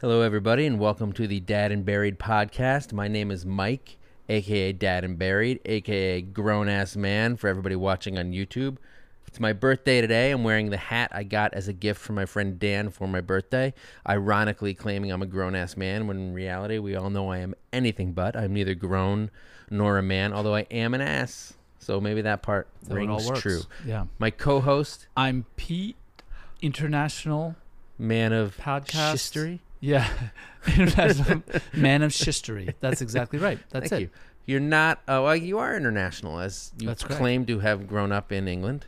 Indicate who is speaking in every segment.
Speaker 1: Hello, everybody, and welcome to the Dad and Buried podcast. My name is Mike, aka Dad and Buried, aka Grown Ass Man for everybody watching on YouTube. It's my birthday today. I'm wearing the hat I got as a gift from my friend Dan for my birthday, ironically claiming I'm a grown ass man when in reality we all know I am anything but. I'm neither grown nor a man, although I am an ass. So maybe that part
Speaker 2: So it all
Speaker 1: rings
Speaker 2: works.
Speaker 1: true.
Speaker 2: Yeah.
Speaker 1: My co host,
Speaker 2: I'm Pete, international
Speaker 1: man of
Speaker 2: podcast.
Speaker 1: history.
Speaker 2: Yeah. international man of shistery. That's exactly right. That's
Speaker 1: Thank
Speaker 2: it.
Speaker 1: you. You're not. Uh, well, you are international, as you
Speaker 2: That's correct.
Speaker 1: claim to have grown up in England.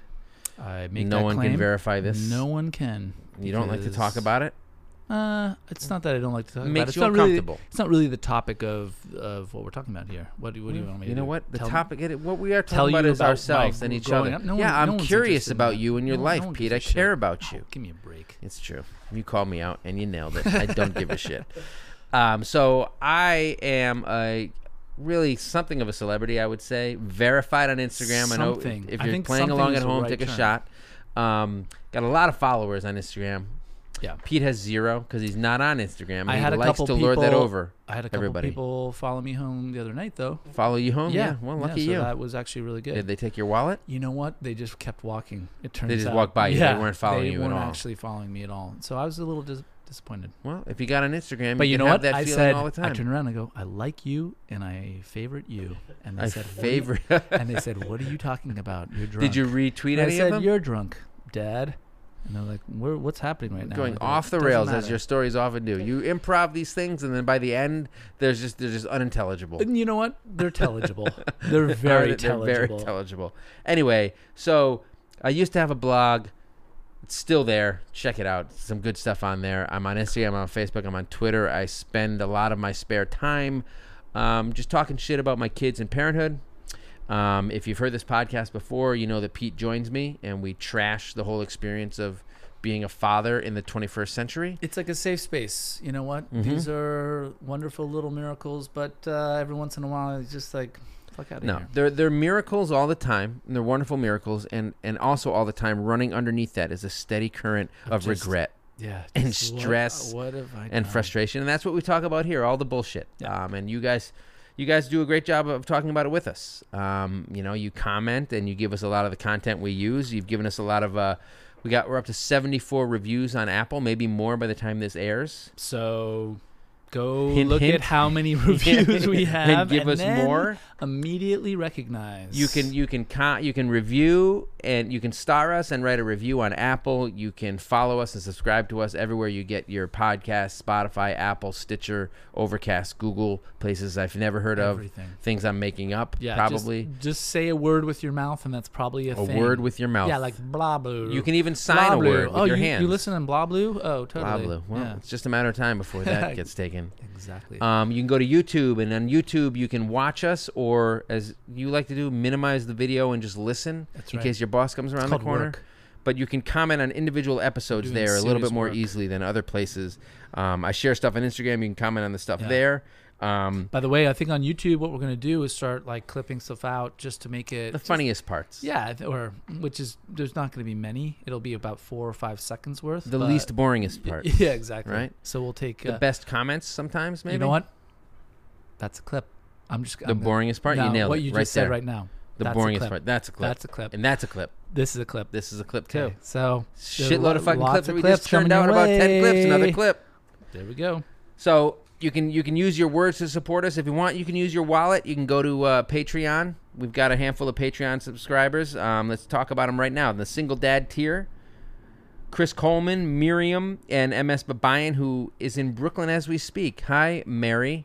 Speaker 2: I make
Speaker 1: no
Speaker 2: that
Speaker 1: one
Speaker 2: claim.
Speaker 1: can verify this.
Speaker 2: No one can.
Speaker 1: you don't like to talk
Speaker 2: because,
Speaker 1: about it.
Speaker 2: Uh, it's not that I don't like to talk about it.
Speaker 1: Makes
Speaker 2: It's
Speaker 1: you
Speaker 2: not really-
Speaker 1: uncomfortable.
Speaker 2: it's not really the topic of of what we're talking about here. What do, what do you want me to
Speaker 1: Mm, You know
Speaker 2: do?
Speaker 1: what? The
Speaker 2: Tell-
Speaker 1: topic. It, what we are
Speaker 2: tell
Speaker 1: talking about
Speaker 2: you
Speaker 1: is
Speaker 2: about my
Speaker 1: ourselves and each
Speaker 2: growing
Speaker 1: other.
Speaker 2: up? No
Speaker 1: yeah,
Speaker 2: one- no
Speaker 1: I'm
Speaker 2: one's
Speaker 1: curious
Speaker 2: interested in
Speaker 1: about
Speaker 2: that.
Speaker 1: you and your
Speaker 2: No- no
Speaker 1: life,
Speaker 2: one
Speaker 1: Pete.
Speaker 2: gives a
Speaker 1: I
Speaker 2: shit.
Speaker 1: care about you.
Speaker 2: Give me a break.
Speaker 1: It's true. You called me out and you nailed it. I don't give a shit. Um, so I am a really something of a celebrity, I would say. Verified on Instagram. I know
Speaker 2: Something.
Speaker 1: if- if
Speaker 2: I
Speaker 1: you're
Speaker 2: think
Speaker 1: playing
Speaker 2: something
Speaker 1: along
Speaker 2: is
Speaker 1: at
Speaker 2: the
Speaker 1: home,
Speaker 2: right
Speaker 1: take a
Speaker 2: term.
Speaker 1: shot. Um, got a lot of followers on Instagram.
Speaker 2: Yeah.
Speaker 1: Pete has zero because he's not on Instagram. and
Speaker 2: I
Speaker 1: he
Speaker 2: had a
Speaker 1: likes
Speaker 2: couple
Speaker 1: to
Speaker 2: people.
Speaker 1: lure that over.
Speaker 2: I had a couple
Speaker 1: everybody.
Speaker 2: people follow me home the other night, though.
Speaker 1: Follow you home? Yeah. Well,
Speaker 2: Yeah,
Speaker 1: lucky
Speaker 2: so
Speaker 1: you.
Speaker 2: That was actually really good.
Speaker 1: Did they take your wallet?
Speaker 2: you know what? They just kept walking. It turns out
Speaker 1: just walked by you. They weren't following
Speaker 2: they
Speaker 1: you at
Speaker 2: weren't
Speaker 1: all.
Speaker 2: Actually, following me at all. So I was a little dis- disappointed.
Speaker 1: Well, if you got on Instagram,
Speaker 2: But
Speaker 1: you,
Speaker 2: you
Speaker 1: can
Speaker 2: know
Speaker 1: have
Speaker 2: what?
Speaker 1: that
Speaker 2: I
Speaker 1: feeling
Speaker 2: said
Speaker 1: all the time.
Speaker 2: I turned around and go, "I like you and I favorite you." And they
Speaker 1: I
Speaker 2: said, "What are you-"
Speaker 1: favorite.
Speaker 2: And they said, "What are you talking about? You're drunk."
Speaker 1: Did you retweet
Speaker 2: And I
Speaker 1: any
Speaker 2: said,
Speaker 1: of them?
Speaker 2: "You're drunk, Dad." And they're like, "Where? What's happening right now?"
Speaker 1: going
Speaker 2: I go,
Speaker 1: off the
Speaker 2: "Doesn't
Speaker 1: rails as
Speaker 2: matter."
Speaker 1: your stories often do. You improv these things, and then by the end, there's just they're just unintelligible.
Speaker 2: And you know what? They're telligible. They're very
Speaker 1: They're
Speaker 2: telligible.
Speaker 1: very intelligible. Anyway, so I used to have a blog. It's still there. Check it out. Some good stuff on there. I'm on Instagram. I'm on Facebook. I'm on Twitter. I spend a lot of my spare time um, just talking shit about my kids and parenthood. Um, if you've heard this podcast before, you know that Pete joins me and we trash the whole experience of being a father in the 21st century.
Speaker 2: it's like a safe space. You know what?
Speaker 1: Mm-hmm.
Speaker 2: These are wonderful little miracles, but uh, every once in a while, it's just like, fuck out of
Speaker 1: No,
Speaker 2: here.
Speaker 1: they're they're miracles all the time, and they're wonderful miracles, and and also all the time running underneath that is a steady current of
Speaker 2: just-
Speaker 1: regret
Speaker 2: Yeah.
Speaker 1: And
Speaker 2: just what-
Speaker 1: stress
Speaker 2: What, have I
Speaker 1: and
Speaker 2: done?
Speaker 1: frustration, and that's what we talk about here, all the bullshit.
Speaker 2: Yeah.
Speaker 1: Um, and you guys, you guys do a great job of talking about it with us. Um, you know, you comment and you give us a lot of the content we use. You've given us a lot of. Uh, we got we're up to seventy four reviews on Apple, maybe more by the time this airs.
Speaker 2: So go
Speaker 1: Hint,
Speaker 2: look
Speaker 1: hint.
Speaker 2: at how many reviews we
Speaker 1: And
Speaker 2: have
Speaker 1: give us
Speaker 2: then
Speaker 1: more.
Speaker 2: Immediately recognize.
Speaker 1: You can you can con- you can review and you can star us and write a review on Apple. You can follow us and subscribe to us everywhere you get your podcast: Spotify, Apple, Stitcher, Overcast, Google, places I've never heard of,
Speaker 2: Everything.
Speaker 1: things I'm making up,
Speaker 2: yeah, just-
Speaker 1: probably
Speaker 2: Just, say a word with your mouth, and that's probably a,
Speaker 1: a
Speaker 2: thing.
Speaker 1: word with your mouth.
Speaker 2: Yeah, like blah blue.
Speaker 1: you can even sign a word with
Speaker 2: oh,
Speaker 1: your
Speaker 2: you,
Speaker 1: hands.
Speaker 2: You listen in blah blue?
Speaker 1: Blah,
Speaker 2: Oh, totally.
Speaker 1: blah. Well,
Speaker 2: yeah.
Speaker 1: it's just a matter of time before that gets taken.
Speaker 2: Exactly.
Speaker 1: Um, you can go to YouTube, and on YouTube you can watch us, or as you like to do, minimize the video and just listen
Speaker 2: That's
Speaker 1: in
Speaker 2: right.
Speaker 1: case your boss comes around the
Speaker 2: called
Speaker 1: corner.
Speaker 2: work.
Speaker 1: But you can comment on individual episodes
Speaker 2: doing
Speaker 1: there a little
Speaker 2: serious
Speaker 1: bit more
Speaker 2: work.
Speaker 1: easily than other places. Um, I share stuff on Instagram. You can comment on the stuff
Speaker 2: Yeah.
Speaker 1: there. Um,
Speaker 2: By the way, I think on YouTube, what we're going to do is start like clipping stuff out just to make it
Speaker 1: the funniest parts,
Speaker 2: Yeah, I th- or which is there's not going to be many. It'll be about four or five seconds worth.
Speaker 1: the
Speaker 2: but-
Speaker 1: least boringest part,
Speaker 2: Yeah, exactly.
Speaker 1: Right?
Speaker 2: So we'll take.
Speaker 1: the
Speaker 2: uh,
Speaker 1: best comments sometimes. Maybe
Speaker 2: You know what? That's a clip. I'm just
Speaker 1: The
Speaker 2: I'm gonna-
Speaker 1: boringest part, you
Speaker 2: No,
Speaker 1: nailed
Speaker 2: what
Speaker 1: it
Speaker 2: you
Speaker 1: right
Speaker 2: just
Speaker 1: there.
Speaker 2: said right now.
Speaker 1: the
Speaker 2: That's a
Speaker 1: boringest
Speaker 2: clip.
Speaker 1: part. That's a clip.
Speaker 2: That's a clip.
Speaker 1: And that's a clip.
Speaker 2: This is a clip.
Speaker 1: This is a clip too.
Speaker 2: Okay, so there's
Speaker 1: Shitload
Speaker 2: lo-
Speaker 1: of fucking
Speaker 2: lots
Speaker 1: clips.
Speaker 2: of
Speaker 1: that we just
Speaker 2: coming
Speaker 1: turned out
Speaker 2: your
Speaker 1: about ten clips. Another
Speaker 2: way.
Speaker 1: clip.
Speaker 2: There we go.
Speaker 1: So you can you can use your words to support us if you want. You can use your wallet. You can go to uh, Patreon. We've got a handful of Patreon subscribers. Um, let's talk about them right now. The single dad tier. Chris Coleman, Miriam, and MS Babayan, who is in Brooklyn as we speak. Hi, Mary.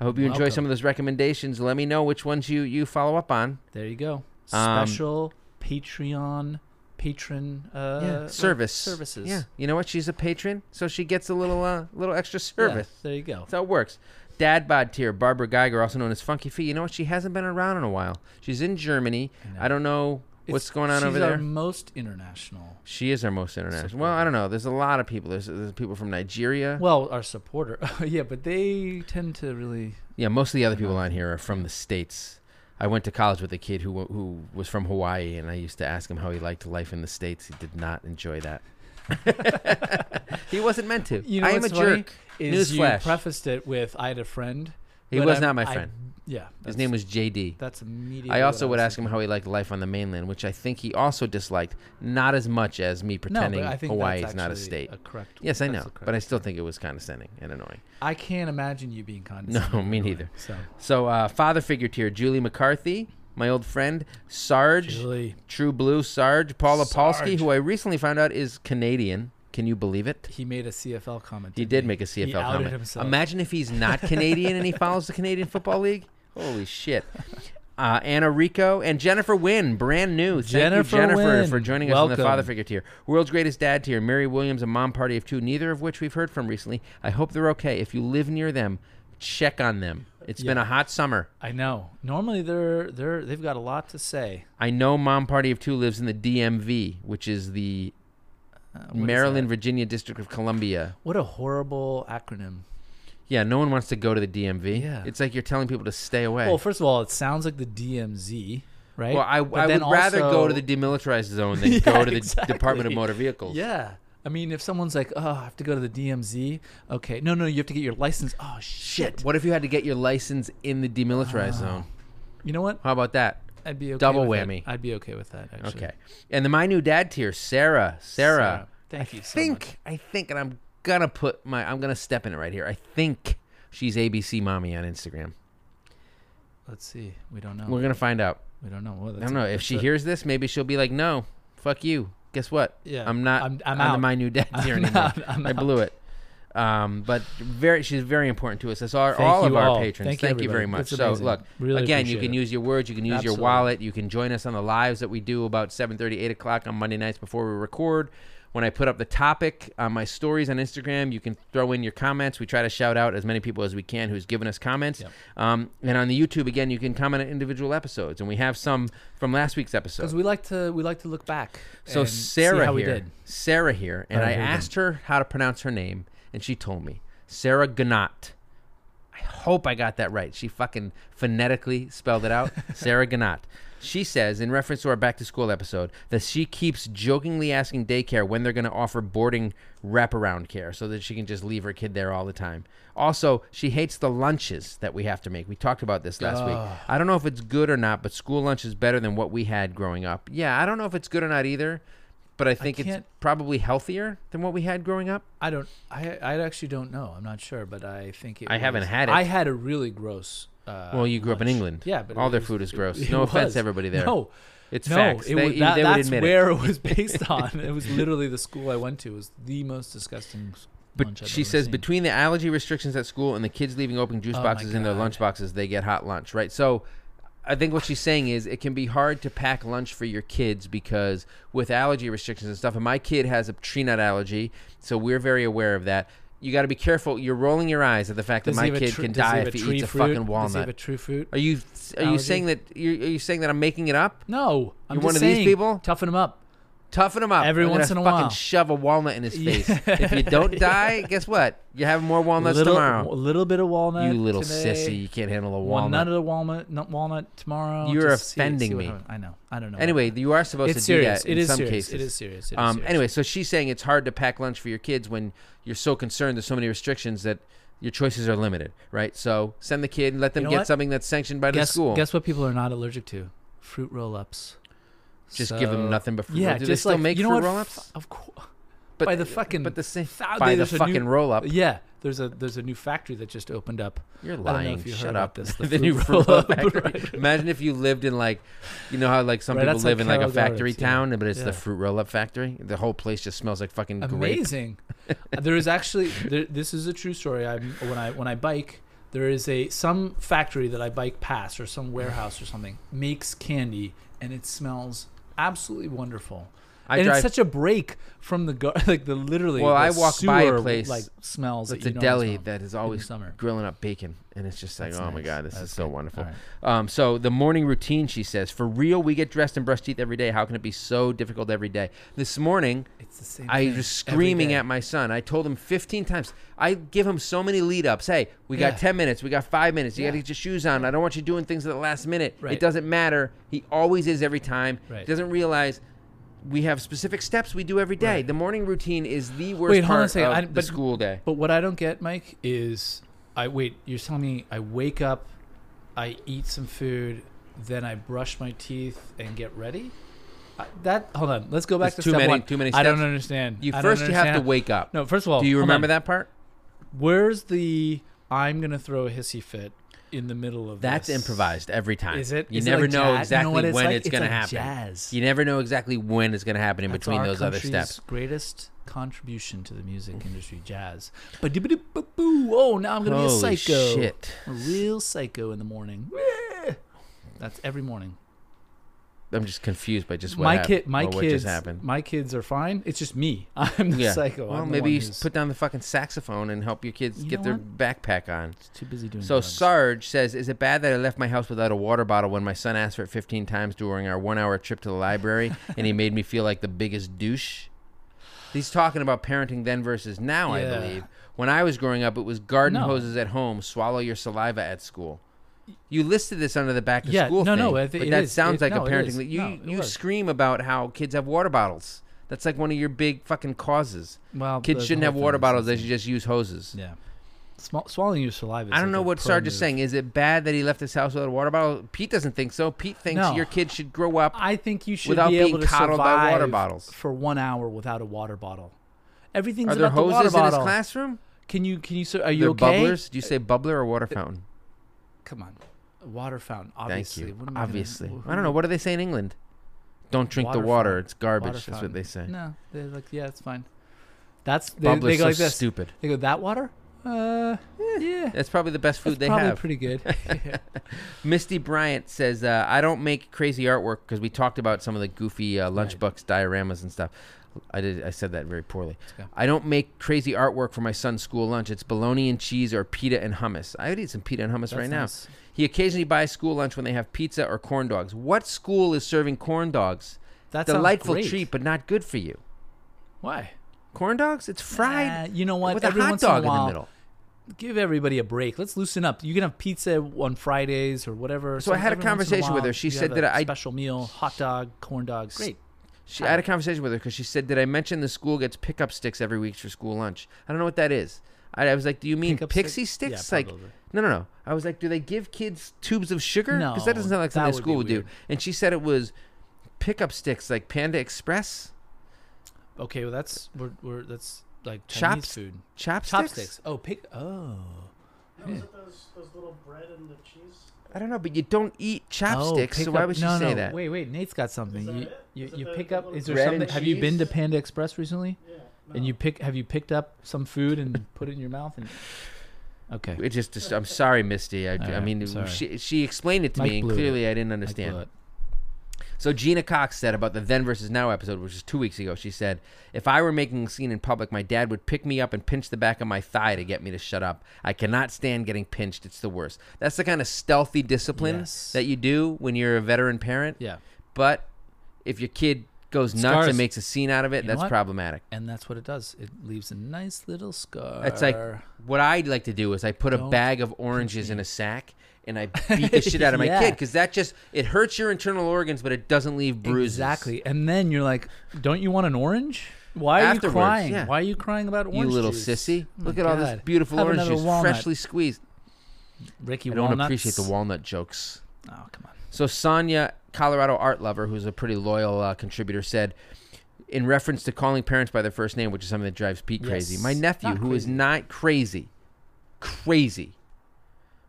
Speaker 1: I hope you enjoy
Speaker 2: Welcome.
Speaker 1: some of those recommendations. Let me know which ones you you follow up on.
Speaker 2: There you go.
Speaker 1: Um,
Speaker 2: Special Patreon patron uh, like,
Speaker 1: service
Speaker 2: services.
Speaker 1: Yeah, you know what? She's a patron, so she gets a little uh, little extra
Speaker 2: Yeah,
Speaker 1: service.
Speaker 2: there you go.
Speaker 1: That's how it works. Dad bod tier, Barbara Geiger, also known as Funky Fee. You know what? She hasn't been around in a while. She's in Germany. I, don't know what's
Speaker 2: It's-
Speaker 1: going on over
Speaker 2: she's our
Speaker 1: there.
Speaker 2: most international.
Speaker 1: she is our most international. Well, I don't know. There's a lot of people. There's, there's people from Nigeria.
Speaker 2: Well, our supporter. Oh, yeah, but they tend to really.
Speaker 1: yeah, most of the other people on here are from the states. I went to college with a kid who wa- who was from Hawaii, and I used to ask him how he liked life in the states. He did not enjoy that. he wasn't meant to.
Speaker 2: You know
Speaker 1: I am a
Speaker 2: what's funny
Speaker 1: jerk.
Speaker 2: Is you
Speaker 1: Newsflash.
Speaker 2: prefaced it with "I had a friend."
Speaker 1: He
Speaker 2: but
Speaker 1: was
Speaker 2: I'm-
Speaker 1: not my
Speaker 2: I-
Speaker 1: friend.
Speaker 2: yeah,
Speaker 1: His
Speaker 2: that's-
Speaker 1: name was JD.
Speaker 2: That's immediately.
Speaker 1: I also would
Speaker 2: was
Speaker 1: ask him how he liked life on the mainland, which I think he also disliked, not as much as me
Speaker 2: thinking.
Speaker 1: pretending
Speaker 2: no, but I think
Speaker 1: Hawaii
Speaker 2: that's
Speaker 1: is not a
Speaker 2: actually
Speaker 1: state.
Speaker 2: A correct.
Speaker 1: yes, I
Speaker 2: that's
Speaker 1: know,
Speaker 2: a correct-
Speaker 1: but I still think it was condescending and annoying.
Speaker 2: I can't imagine you being condescending.
Speaker 1: No, me neither.
Speaker 2: So,
Speaker 1: So, uh, father figure tier Julie McCarthy, my old friend, Sarge,
Speaker 2: Julie,
Speaker 1: True Blue, Sarge, Paula Polsky,
Speaker 2: Sarge.
Speaker 1: who I recently found out is Canadian. Can you believe it?
Speaker 2: he made a CFL comment.
Speaker 1: He
Speaker 2: didn't
Speaker 1: did make a CFL
Speaker 2: He outed
Speaker 1: comment.
Speaker 2: himself.
Speaker 1: Imagine if he's not Canadian and he follows the Canadian Football League. Holy shit. Uh, Anna Rico and Jennifer Wynn, brand new. Thank
Speaker 2: Jennifer
Speaker 1: you, Jennifer,
Speaker 2: Wynn.
Speaker 1: for joining us on the
Speaker 2: Welcome.
Speaker 1: Father Figure tier. World's Greatest Dad tier. Mary Williams, a mom party of two, neither of which we've heard from recently. I hope they're okay. If you live near them, check on them. It's been
Speaker 2: Yeah.
Speaker 1: a hot summer.
Speaker 2: I know. Normally they're they're they've got a lot to say.
Speaker 1: I know Mom Party of Two lives in the DMV, which is the
Speaker 2: Uh, what is
Speaker 1: Maryland,
Speaker 2: that?
Speaker 1: Virginia District of Columbia.
Speaker 2: What a horrible acronym.
Speaker 1: Yeah, no one wants to go to the DMV.
Speaker 2: Yeah.
Speaker 1: It's like you're telling people to stay away.
Speaker 2: Well, first of all, it sounds like the DMZ, right?
Speaker 1: Well, I,
Speaker 2: But
Speaker 1: I
Speaker 2: then
Speaker 1: would rather go to
Speaker 2: also-
Speaker 1: the demilitarized zone than
Speaker 2: Yeah,
Speaker 1: go to the
Speaker 2: exactly.
Speaker 1: Department of Motor Vehicles.
Speaker 2: Yeah. I mean, if someone's like, "Oh, I have to go to the DMZ." Okay. No, no, you have to get your license. Oh shit.
Speaker 1: Shit. What if you had to get your license in the demilitarized zone?
Speaker 2: Ah. You know what?
Speaker 1: How about that?
Speaker 2: I'd be okay
Speaker 1: Double
Speaker 2: with that.
Speaker 1: whammy.
Speaker 2: I'd be okay with that actually.
Speaker 1: Okay. And the my new dad tier, Sarah. Sarah.
Speaker 2: Thank
Speaker 1: I
Speaker 2: you so
Speaker 1: think
Speaker 2: much.
Speaker 1: I think, and I'm gonna put my I'm gonna step in it right here. I think she's ABC mommy on Instagram.
Speaker 2: Let's see. We don't know.
Speaker 1: We're gonna find out.
Speaker 2: we don't know. Well,
Speaker 1: I don't know if she
Speaker 2: hears.
Speaker 1: hears this. Maybe she'll be like, "No, fuck you." Guess what?
Speaker 2: Yeah,
Speaker 1: I'm not.
Speaker 2: I'm-
Speaker 1: on
Speaker 2: I'm
Speaker 1: the
Speaker 2: out.
Speaker 1: my new dad tier
Speaker 2: I'm
Speaker 1: anymore.
Speaker 2: out, I'm
Speaker 1: I blew it. Um, but very, she's very important to us. That's our,
Speaker 2: Thank
Speaker 1: all of
Speaker 2: you
Speaker 1: our
Speaker 2: all.
Speaker 1: patrons. Thank,
Speaker 2: Thank you,
Speaker 1: you very
Speaker 2: everybody.
Speaker 1: much.
Speaker 2: That's
Speaker 1: So
Speaker 2: amazing.
Speaker 1: look,
Speaker 2: Really
Speaker 1: again, you
Speaker 2: appreciate
Speaker 1: can
Speaker 2: it.
Speaker 1: use your words. You can use
Speaker 2: Absolutely.
Speaker 1: your wallet. You can join us on the lives that we do about 7:30, 8 o'clock on Monday nights before we record. When I put up the topic on my stories on Instagram, you can throw in your comments. We try to shout out as many people as we can who's given us comments.
Speaker 2: Yep.
Speaker 1: Um, and on the YouTube, again, you can comment on individual episodes, and we have some from last week's episode.
Speaker 2: Because we like to we like to look back.
Speaker 1: So
Speaker 2: and see
Speaker 1: Sarah
Speaker 2: how
Speaker 1: here,
Speaker 2: we did.
Speaker 1: Sarah here, and
Speaker 2: How
Speaker 1: I
Speaker 2: we did.
Speaker 1: asked her how to pronounce her name, and she told me Sarah Ganat. I hope I got that right. She fucking phonetically spelled it out. Sarah Ganat. She says, in reference to our back to school episode, that she keeps jokingly asking daycare when they're going to offer boarding wraparound care so that she can just leave her kid there all the time. Also, she hates the lunches that we have to make. We talked about this last week. I don't know if it's good or not, but school lunch is better than what we had growing up. Yeah, I don't know if it's good or not either, but I think it's
Speaker 2: can't-
Speaker 1: probably healthier than what we had growing up.
Speaker 2: I don't. I I actually don't know. I'm not sure, but I think it.
Speaker 1: I haven't
Speaker 2: was-
Speaker 1: had it.
Speaker 2: I had a really gross. Uh,
Speaker 1: Well, you grew up in
Speaker 2: lunch.
Speaker 1: England.
Speaker 2: Yeah, but it
Speaker 1: all their
Speaker 2: was-
Speaker 1: food is gross.
Speaker 2: it
Speaker 1: no offense,
Speaker 2: was.
Speaker 1: everybody there.
Speaker 2: No,
Speaker 1: it's
Speaker 2: no,
Speaker 1: facts.
Speaker 2: It
Speaker 1: they, e-
Speaker 2: was, that,
Speaker 1: they would
Speaker 2: that's
Speaker 1: admit it.
Speaker 2: where it. was based on. It was literally the school I went to. It was the most disgusting. s- lunch
Speaker 1: But
Speaker 2: I've
Speaker 1: she
Speaker 2: ever
Speaker 1: says
Speaker 2: seen.
Speaker 1: between the allergy restrictions at school and the kids leaving open juice
Speaker 2: Oh my
Speaker 1: boxes in their
Speaker 2: God.
Speaker 1: lunch boxes, they get hot lunch, right? So I think what she's saying is it can be hard to pack lunch for your kids because with allergy restrictions and stuff, and my kid has a tree nut allergy, so we're very aware of that. You got to be careful. You're rolling your eyes at the fact
Speaker 2: Does
Speaker 1: that
Speaker 2: he
Speaker 1: my
Speaker 2: have a
Speaker 1: kid
Speaker 2: tr-
Speaker 1: can
Speaker 2: does he
Speaker 1: die
Speaker 2: have
Speaker 1: if he
Speaker 2: tree
Speaker 1: eats a
Speaker 2: fruit?
Speaker 1: fucking
Speaker 2: Does he have a
Speaker 1: walnut.
Speaker 2: true fruit?
Speaker 1: Are you are you
Speaker 2: allergy?
Speaker 1: saying that you're, are you saying that I'm making it up?
Speaker 2: No, I'm
Speaker 1: You're
Speaker 2: just
Speaker 1: one of these
Speaker 2: saying,
Speaker 1: people?
Speaker 2: Toughen him up.
Speaker 1: Toughen him up.
Speaker 2: Every
Speaker 1: I'm gonna
Speaker 2: once in a
Speaker 1: fucking
Speaker 2: while.
Speaker 1: shove a walnut in his
Speaker 2: Yeah.
Speaker 1: face. if you don't die, guess what? You're having more walnuts
Speaker 2: little,
Speaker 1: tomorrow.
Speaker 2: A little bit of walnut.
Speaker 1: You little
Speaker 2: today,
Speaker 1: sissy, you can't handle a
Speaker 2: One nut
Speaker 1: walnut.
Speaker 2: of the walnut, nut, walnut tomorrow.
Speaker 1: You're
Speaker 2: Just see-
Speaker 1: offending
Speaker 2: see what
Speaker 1: me.
Speaker 2: happens. I know. I don't know.
Speaker 1: Anyway, you are supposed
Speaker 2: it's
Speaker 1: to do
Speaker 2: serious.
Speaker 1: that
Speaker 2: It
Speaker 1: in
Speaker 2: is
Speaker 1: some
Speaker 2: serious.
Speaker 1: cases.
Speaker 2: It is serious. It is
Speaker 1: Um,
Speaker 2: serious.
Speaker 1: anyway, so she's saying it's hard to pack lunch for your kids when you're so concerned. There's so many restrictions that your choices are limited, right? So send the kid and let them
Speaker 2: You know
Speaker 1: get
Speaker 2: what?
Speaker 1: something that's sanctioned by
Speaker 2: guess,
Speaker 1: the school.
Speaker 2: Guess what people are not allergic to? Fruit roll-ups.
Speaker 1: Just give them
Speaker 2: So-
Speaker 1: nothing but fruit.
Speaker 2: Yeah,
Speaker 1: roll- do
Speaker 2: just
Speaker 1: they still
Speaker 2: like,
Speaker 1: make
Speaker 2: you know
Speaker 1: fruit
Speaker 2: what?
Speaker 1: roll-ups?
Speaker 2: F- Of course.
Speaker 1: But
Speaker 2: by the fucking
Speaker 1: but the same
Speaker 2: thou-
Speaker 1: by the
Speaker 2: there's a
Speaker 1: fucking
Speaker 2: new-
Speaker 1: roll up.
Speaker 2: Yeah, there's a there's a new factory that just opened up.
Speaker 1: You're
Speaker 2: I don't know
Speaker 1: lying.
Speaker 2: if you heard
Speaker 1: Shut
Speaker 2: about
Speaker 1: up.
Speaker 2: this,
Speaker 1: the
Speaker 2: the
Speaker 1: new
Speaker 2: fruit
Speaker 1: roll up
Speaker 2: roll-up,
Speaker 1: factory.
Speaker 2: right.
Speaker 1: Imagine if you lived in like, you know how like some
Speaker 2: Right,
Speaker 1: people
Speaker 2: that's like
Speaker 1: live in like a
Speaker 2: Carroll
Speaker 1: factory
Speaker 2: Gardens, yeah.
Speaker 1: town, but it's the
Speaker 2: Yeah.
Speaker 1: fruit roll up factory. The whole place just smells like fucking grape.
Speaker 2: Amazing. there is actually there, this is a true story. I am when I when I bike, there is a some factory that I bike past or some warehouse or something makes candy and it smells absolutely wonderful.
Speaker 1: I
Speaker 2: and
Speaker 1: drive.
Speaker 2: it's such a break from the gar- like the literally.
Speaker 1: Well,
Speaker 2: the
Speaker 1: I walk by a
Speaker 2: sewer,
Speaker 1: place
Speaker 2: like smells.
Speaker 1: it's
Speaker 2: that
Speaker 1: a
Speaker 2: you normally
Speaker 1: deli
Speaker 2: smell
Speaker 1: that is
Speaker 2: in the
Speaker 1: always
Speaker 2: summer.
Speaker 1: grilling up bacon, and it's just like,
Speaker 2: That's
Speaker 1: oh my
Speaker 2: nice.
Speaker 1: god, this is
Speaker 2: That's
Speaker 1: so
Speaker 2: good.
Speaker 1: wonderful.
Speaker 2: All right.
Speaker 1: Um, so the morning routine, she says, for real, we get dressed and brush teeth every day. How can it be so difficult every day? This morning,
Speaker 2: It's the same.
Speaker 1: I was
Speaker 2: thing every
Speaker 1: screaming
Speaker 2: day.
Speaker 1: at my son. I told him 15 times. I give him so many lead ups. Hey, we
Speaker 2: Yeah.
Speaker 1: got 10 minutes. We got five minutes. You got to
Speaker 2: Yeah.
Speaker 1: get your shoes on. I don't want you doing things at the last minute. It
Speaker 2: Right.
Speaker 1: doesn't matter. He always is every time.
Speaker 2: Right.
Speaker 1: He doesn't realize we have specific steps we do every day. The morning routine is the worst
Speaker 2: Wait, hold on
Speaker 1: part
Speaker 2: a second.
Speaker 1: of
Speaker 2: I-
Speaker 1: the
Speaker 2: but-
Speaker 1: school day.
Speaker 2: But what I don't get, Mike, is I wait. You're telling me I wake up, I eat some food, then I brush my teeth and get ready. I, that hold on. Let's go
Speaker 1: There's
Speaker 2: back to
Speaker 1: too
Speaker 2: step
Speaker 1: many-
Speaker 2: one.
Speaker 1: too many
Speaker 2: I don't
Speaker 1: steps.
Speaker 2: understand.
Speaker 1: You
Speaker 2: I don't
Speaker 1: first you have to
Speaker 2: understand.
Speaker 1: wake up.
Speaker 2: No, first of all,
Speaker 1: do you
Speaker 2: hold on.
Speaker 1: remember that part?
Speaker 2: Where's the I'm gonna throw a hissy fit in the middle of
Speaker 1: That's
Speaker 2: this?
Speaker 1: improvised every time.
Speaker 2: Is it?
Speaker 1: You
Speaker 2: Is it
Speaker 1: never
Speaker 2: like
Speaker 1: know
Speaker 2: jazz? You
Speaker 1: exactly
Speaker 2: know what it's
Speaker 1: when
Speaker 2: like?
Speaker 1: it's,
Speaker 2: It's
Speaker 1: going to
Speaker 2: like
Speaker 1: happen.
Speaker 2: jazz.
Speaker 1: You never know exactly when it's going to happen in
Speaker 2: That's
Speaker 1: between
Speaker 2: our
Speaker 1: those other
Speaker 2: country's
Speaker 1: steps.
Speaker 2: Greatest contribution to the music industry, jazz. But boo. Oh, now I'm gonna be
Speaker 1: Holy
Speaker 2: a psycho.
Speaker 1: shit!
Speaker 2: A real psycho in the morning. That's every morning.
Speaker 1: I'm just confused by just what
Speaker 2: my
Speaker 1: happened,
Speaker 2: kid, my
Speaker 1: or what
Speaker 2: kids,
Speaker 1: just happened.
Speaker 2: my kids are fine. It's just me. I'm the
Speaker 1: yeah.
Speaker 2: psycho.
Speaker 1: Well,
Speaker 2: I'm the
Speaker 1: maybe
Speaker 2: one
Speaker 1: you
Speaker 2: who's
Speaker 1: s- put down the fucking saxophone and help your kids
Speaker 2: You
Speaker 1: get
Speaker 2: know
Speaker 1: their
Speaker 2: what?
Speaker 1: backpack on.
Speaker 2: too busy doing.
Speaker 1: So
Speaker 2: drugs.
Speaker 1: Sarge says, "Is it bad that I left my house without a water bottle when my son asked for it 15 times during our one-hour trip to the library, and he made me feel like the biggest douche?" He's talking about parenting then versus now, I
Speaker 2: Yeah.
Speaker 1: believe. When I was growing up, it was garden
Speaker 2: No.
Speaker 1: hoses at home, swallow your saliva at school. You listed this under the back to
Speaker 2: Yeah,
Speaker 1: school
Speaker 2: no,
Speaker 1: thing,
Speaker 2: no, I thi-
Speaker 1: but
Speaker 2: it
Speaker 1: that
Speaker 2: is.
Speaker 1: sounds
Speaker 2: It-
Speaker 1: like a
Speaker 2: no, it
Speaker 1: parenting.
Speaker 2: is.
Speaker 1: li- You
Speaker 2: No, it
Speaker 1: you
Speaker 2: was.
Speaker 1: scream about how kids have water bottles. That's like one of your big fucking causes.
Speaker 2: Well,
Speaker 1: Kids
Speaker 2: the
Speaker 1: shouldn't
Speaker 2: whole
Speaker 1: have water
Speaker 2: thing is
Speaker 1: bottles; they
Speaker 2: the
Speaker 1: should just use hoses.
Speaker 2: same. Yeah, Small, swallowing your saliva. is
Speaker 1: I don't
Speaker 2: like
Speaker 1: know
Speaker 2: a
Speaker 1: what
Speaker 2: pro
Speaker 1: Sarge is
Speaker 2: move.
Speaker 1: saying. Is it bad that he left his house without a water bottle? Pete doesn't think so. Pete thinks
Speaker 2: No.
Speaker 1: your kid should grow up.
Speaker 2: I think you should
Speaker 1: Without
Speaker 2: be
Speaker 1: being
Speaker 2: able to
Speaker 1: coddled by water
Speaker 2: survive
Speaker 1: bottles.
Speaker 2: for one hour without a water bottle. Everything's
Speaker 1: Are there
Speaker 2: about the water
Speaker 1: hoses in his
Speaker 2: bottle.
Speaker 1: classroom?
Speaker 2: Can you can you sur- are
Speaker 1: Are
Speaker 2: you
Speaker 1: there
Speaker 2: okay?
Speaker 1: bubblers? Do you say bubbler or water fountain?
Speaker 2: Come on, A water fountain.
Speaker 1: Thank
Speaker 2: Obviously,
Speaker 1: you.
Speaker 2: What am I gonna-
Speaker 1: Obviously.
Speaker 2: wh-
Speaker 1: I don't know. What do they say in England? Don't drink the
Speaker 2: Water
Speaker 1: water.
Speaker 2: fountain.
Speaker 1: It's garbage.
Speaker 2: Water
Speaker 1: That's what they say.
Speaker 2: fountain. No, they're like, yeah, it's fine. That's they,
Speaker 1: Bubbler's
Speaker 2: they go
Speaker 1: so
Speaker 2: like this.
Speaker 1: stupid.
Speaker 2: They go that water. Uh, yeah,
Speaker 1: That's probably the best food
Speaker 2: that's
Speaker 1: they
Speaker 2: probably
Speaker 1: have.
Speaker 2: pretty good.
Speaker 1: Misty Bryant says, uh, I don't make crazy artwork because we talked about some of the goofy uh, lunchbox dioramas and stuff. I did. I said that very poorly.
Speaker 2: okay.
Speaker 1: I don't make crazy artwork for my son's school lunch. It's bologna and cheese or pita and hummus. I would eat some pita and hummus right now. He occasionally buys school lunch when they have pizza or corn dogs. What school is serving corn dogs?
Speaker 2: That's
Speaker 1: Delightful treat, but not good for you.
Speaker 2: Why?
Speaker 1: Corn dogs? It's fried
Speaker 2: Uh, you know what?
Speaker 1: with
Speaker 2: Every
Speaker 1: a hot
Speaker 2: once in a
Speaker 1: dog in, the
Speaker 2: while,
Speaker 1: middle.
Speaker 2: give everybody a break. Let's loosen up. You can have pizza on Fridays or whatever.
Speaker 1: So I had a
Speaker 2: every once in
Speaker 1: conversation with
Speaker 2: while,
Speaker 1: her. She
Speaker 2: you
Speaker 1: said
Speaker 2: have
Speaker 1: that
Speaker 2: a
Speaker 1: I-
Speaker 2: special meal, hot dog, corn dogs. Great.
Speaker 1: She, I had a conversation with her because she said, "Did I mention the school gets pickup sticks every week for school lunch?" I don't know what that is. I, I was like, "Do you mean
Speaker 2: Pickup stick-
Speaker 1: pixie
Speaker 2: Yeah,
Speaker 1: sticks?" like,
Speaker 2: probably.
Speaker 1: no, no, no. I was like, "Do they give kids tubes of sugar?" Because that
Speaker 2: No,
Speaker 1: doesn't sound like
Speaker 2: that
Speaker 1: something
Speaker 2: would
Speaker 1: school
Speaker 2: be
Speaker 1: would
Speaker 2: weird.
Speaker 1: do. And she said it was pickup sticks, like Panda Express
Speaker 2: Okay, well that's we're, we're that's like Chinese
Speaker 1: Chops-
Speaker 2: food.
Speaker 1: chopsticks.
Speaker 2: Chopsticks. Oh, pick. Oh.
Speaker 3: That was it those, those little bread and the cheese?
Speaker 1: I don't know, but you don't eat chopsticks,
Speaker 2: oh,
Speaker 1: so
Speaker 2: pick
Speaker 1: why
Speaker 2: up-
Speaker 1: would she
Speaker 2: no,
Speaker 1: say
Speaker 2: no,
Speaker 1: that?
Speaker 2: Wait, wait. Nate's got something.
Speaker 3: Is that
Speaker 2: you
Speaker 3: it?
Speaker 2: you,
Speaker 3: Is it
Speaker 2: you
Speaker 3: the-
Speaker 2: pick
Speaker 3: the
Speaker 2: up.
Speaker 3: little
Speaker 2: Is there
Speaker 1: Bread
Speaker 2: something?
Speaker 1: and
Speaker 2: Have you been to
Speaker 1: cheese?
Speaker 2: Panda Express recently?
Speaker 3: Yeah.
Speaker 2: And you pick? Have you picked up some food and put it in your mouth? And okay.
Speaker 1: It just, just- I'm sorry, Misty. I,
Speaker 2: All
Speaker 1: I
Speaker 2: right,
Speaker 1: mean,
Speaker 2: sorry.
Speaker 1: she she explained it to
Speaker 2: Mike
Speaker 1: me, and
Speaker 2: blew it.
Speaker 1: clearly I didn't
Speaker 2: Like,
Speaker 1: understand.
Speaker 2: blew it.
Speaker 1: So Gina Cox said about the then versus now episode, which is two weeks ago. She said, "If I were making a scene in public, my dad would pick me up and pinch the back of my thigh to get me to shut up. I cannot stand getting pinched; it's the worst. That's the kind of stealthy discipline
Speaker 2: Yes.
Speaker 1: that you do when you're a veteran parent.
Speaker 2: Yeah.
Speaker 1: But if your kid goes nuts
Speaker 2: Scars.
Speaker 1: and makes a scene out of it,
Speaker 2: You know
Speaker 1: that's
Speaker 2: what?
Speaker 1: problematic.
Speaker 2: And that's what it does. It leaves a nice little scar.
Speaker 1: It's like what I'd like to do is I put a
Speaker 2: Don't
Speaker 1: bag of oranges in a sack." And I beat the shit out of my
Speaker 2: Yeah.
Speaker 1: kid because that just it hurts your internal organs, but it doesn't leave bruises.
Speaker 2: Exactly. And then you're like, don't you want an orange? Why are
Speaker 1: Afterwards,
Speaker 2: you crying?
Speaker 1: yeah.
Speaker 2: Why are you crying about orange
Speaker 1: you little
Speaker 2: juice?
Speaker 1: sissy.
Speaker 2: Oh my
Speaker 1: Look at all this
Speaker 2: God.
Speaker 1: beautiful
Speaker 2: Have
Speaker 1: orange
Speaker 2: another
Speaker 1: juice,
Speaker 2: walnut.
Speaker 1: freshly squeezed.
Speaker 2: Ricky
Speaker 1: I don't
Speaker 2: Walnuts.
Speaker 1: appreciate the walnut jokes.
Speaker 2: Oh, come on.
Speaker 1: So Sonia, Colorado art lover, who's a pretty loyal uh, contributor, said, in reference to calling parents by their first name, which is something that drives Pete crazy.
Speaker 2: Yes.
Speaker 1: My nephew,
Speaker 2: Not
Speaker 1: who is
Speaker 2: crazy.
Speaker 1: not crazy, crazy.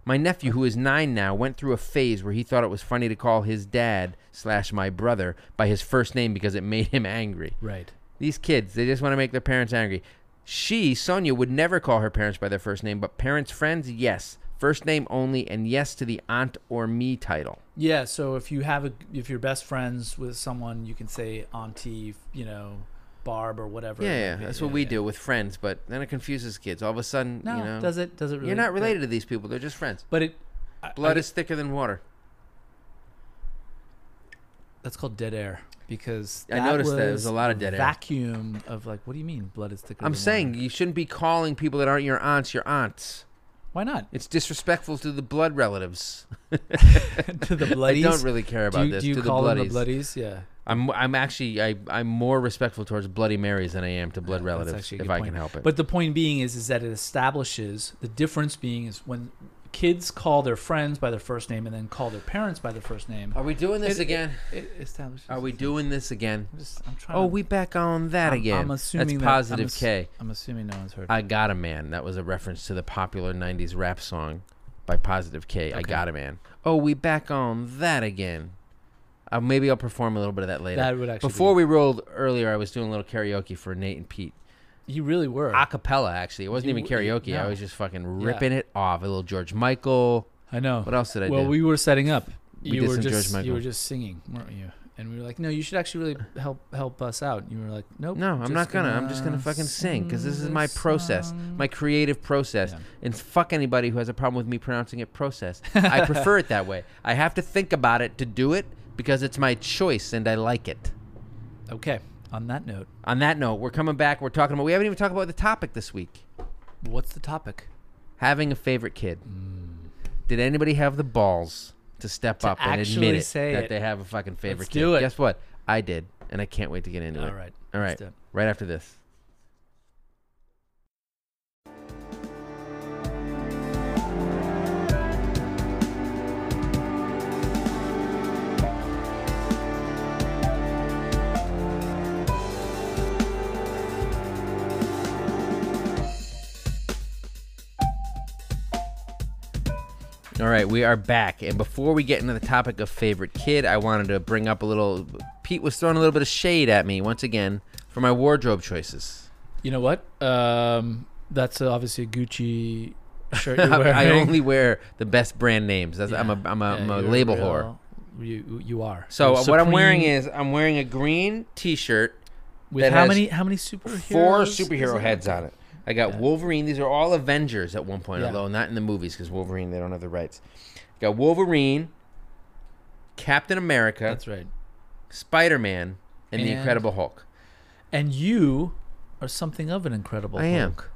Speaker 1: My nephew, who is nine now, went through a phase where he thought it was funny to call his dad slash my brother by his first name because it made him angry.
Speaker 2: Right.
Speaker 1: These kids, they just want to make their parents angry. She, Sonia, would never call her parents by their first name, but parents, friends, yes. First name only, and yes to the aunt or me title.
Speaker 2: Yeah. So if you have a, if you're best friends with someone, you can say auntie, you know, Barb or whatever. it
Speaker 1: Yeah,
Speaker 2: may
Speaker 1: yeah,
Speaker 2: be.
Speaker 1: that's what we
Speaker 2: yeah.
Speaker 1: do with friends, but then it confuses kids. All of a sudden,
Speaker 2: No,
Speaker 1: you know,
Speaker 2: does it? Does it? Really,
Speaker 1: you're not related to these people. They're just friends.
Speaker 2: But it. I-
Speaker 1: Blood
Speaker 2: I-
Speaker 1: is thicker than water.
Speaker 2: That's called dead air because
Speaker 1: I noticed that. There was a lot of dead air.
Speaker 2: Vacuum of like, what do you mean? Blood is thicker.
Speaker 1: I'm
Speaker 2: than
Speaker 1: saying
Speaker 2: water?
Speaker 1: you shouldn't be calling people that aren't your aunts your aunts.
Speaker 2: Why not?
Speaker 1: It's disrespectful to the blood relatives.
Speaker 2: to the
Speaker 1: I
Speaker 2: bloodies.
Speaker 1: don't really care about
Speaker 2: do you,
Speaker 1: this.
Speaker 2: do you
Speaker 1: to
Speaker 2: call
Speaker 1: the
Speaker 2: them
Speaker 1: bloodies.
Speaker 2: the bloodies? Yeah.
Speaker 1: I'm I'm actually I I'm more respectful towards Bloody Marys than I am to blood
Speaker 2: That's
Speaker 1: relatives
Speaker 2: actually a
Speaker 1: if
Speaker 2: good
Speaker 1: I
Speaker 2: point.
Speaker 1: can help it.
Speaker 2: But the point being is, is that it establishes the difference being is when kids call their friends by their first name and then call their parents by their first name.
Speaker 1: are we doing this
Speaker 2: It-
Speaker 1: again?
Speaker 2: It establishes.
Speaker 1: Are we doing this again?
Speaker 2: I'm, just, I'm trying.
Speaker 1: Oh,
Speaker 2: to-
Speaker 1: we back on that
Speaker 2: I'm-
Speaker 1: again.
Speaker 2: I'm assuming
Speaker 1: That's
Speaker 2: that- I'm
Speaker 1: positive
Speaker 2: ass-
Speaker 1: K.
Speaker 2: I'm assuming no one's heard.
Speaker 1: I Got a Man. That was a reference to the popular 90s rap song by Positive K, I
Speaker 2: Okay.
Speaker 1: Got a Man. Oh, we back on that again. Uh, maybe I'll perform a little bit of that later.
Speaker 2: that would actually.
Speaker 1: Before
Speaker 2: be,
Speaker 1: we rolled earlier, I was doing a little karaoke for Nate and Pete.
Speaker 2: you really were.
Speaker 1: A cappella, actually. It wasn't
Speaker 2: You-
Speaker 1: even karaoke. I
Speaker 2: no.
Speaker 1: was just fucking ripping it off. A little George Michael.
Speaker 2: I know.
Speaker 1: What else did I
Speaker 2: well,
Speaker 1: do?
Speaker 2: we were setting up.
Speaker 1: We
Speaker 2: you
Speaker 1: did
Speaker 2: were
Speaker 1: some George
Speaker 2: just you
Speaker 1: Michael.
Speaker 2: were just singing, weren't you? And we were like, no, you should actually really help help us out. And you were like, nope.
Speaker 1: no, I'm
Speaker 2: just
Speaker 1: not gonna. I'm just gonna fucking sing because this is
Speaker 2: sing
Speaker 1: my
Speaker 2: this
Speaker 1: process,
Speaker 2: song.
Speaker 1: my creative process.
Speaker 2: Yeah.
Speaker 1: And fuck anybody who has a problem with me pronouncing it process. I prefer it that way. I have to think about it to do it because it's my choice and I like it.
Speaker 2: Okay. On that note,
Speaker 1: On that note, we're coming back. We're talking about. We haven't even talked about the topic this week.
Speaker 2: what's the topic?
Speaker 1: Having a favorite kid.
Speaker 2: Mm.
Speaker 1: Did anybody have the balls to step up and
Speaker 2: actually
Speaker 1: admit it
Speaker 2: say
Speaker 1: that
Speaker 2: it.
Speaker 1: they have a fucking favorite
Speaker 2: Let's
Speaker 1: kid?
Speaker 2: do it.
Speaker 1: Guess what? I did, and I can't wait to get into
Speaker 2: All
Speaker 1: it.
Speaker 2: right.
Speaker 1: All
Speaker 2: let's
Speaker 1: right.
Speaker 2: do it.
Speaker 1: Right after this. All right, we are back. And before we get into the topic of favorite kid, I wanted to bring up a little. Pete was throwing a little bit of shade at me once again for my wardrobe choices.
Speaker 2: You know what? Um, that's obviously a Gucci shirt you're wearing.
Speaker 1: I only wear the best brand names. That's, I'm a, I'm a, I'm a
Speaker 2: you're
Speaker 1: label
Speaker 2: real-
Speaker 1: whore.
Speaker 2: You you are.
Speaker 1: So
Speaker 2: You're
Speaker 1: uh, what I'm
Speaker 2: supreme
Speaker 1: wearing is I'm wearing a green T-shirt,
Speaker 2: with
Speaker 1: that
Speaker 2: how
Speaker 1: has
Speaker 2: many how many superheroes?
Speaker 1: four
Speaker 2: is
Speaker 1: superhero
Speaker 2: it?
Speaker 1: heads on it. I got
Speaker 2: Yeah.
Speaker 1: Wolverine. These are all Avengers at one point,
Speaker 2: Yeah.
Speaker 1: although not in the movies because Wolverine they don't have the rights. Got Wolverine, Captain America,
Speaker 2: That's right.
Speaker 1: Spider-Man, and, the
Speaker 2: And-
Speaker 1: Incredible Hulk.
Speaker 2: And you are something of an incredible.
Speaker 1: I am.
Speaker 2: Hulk,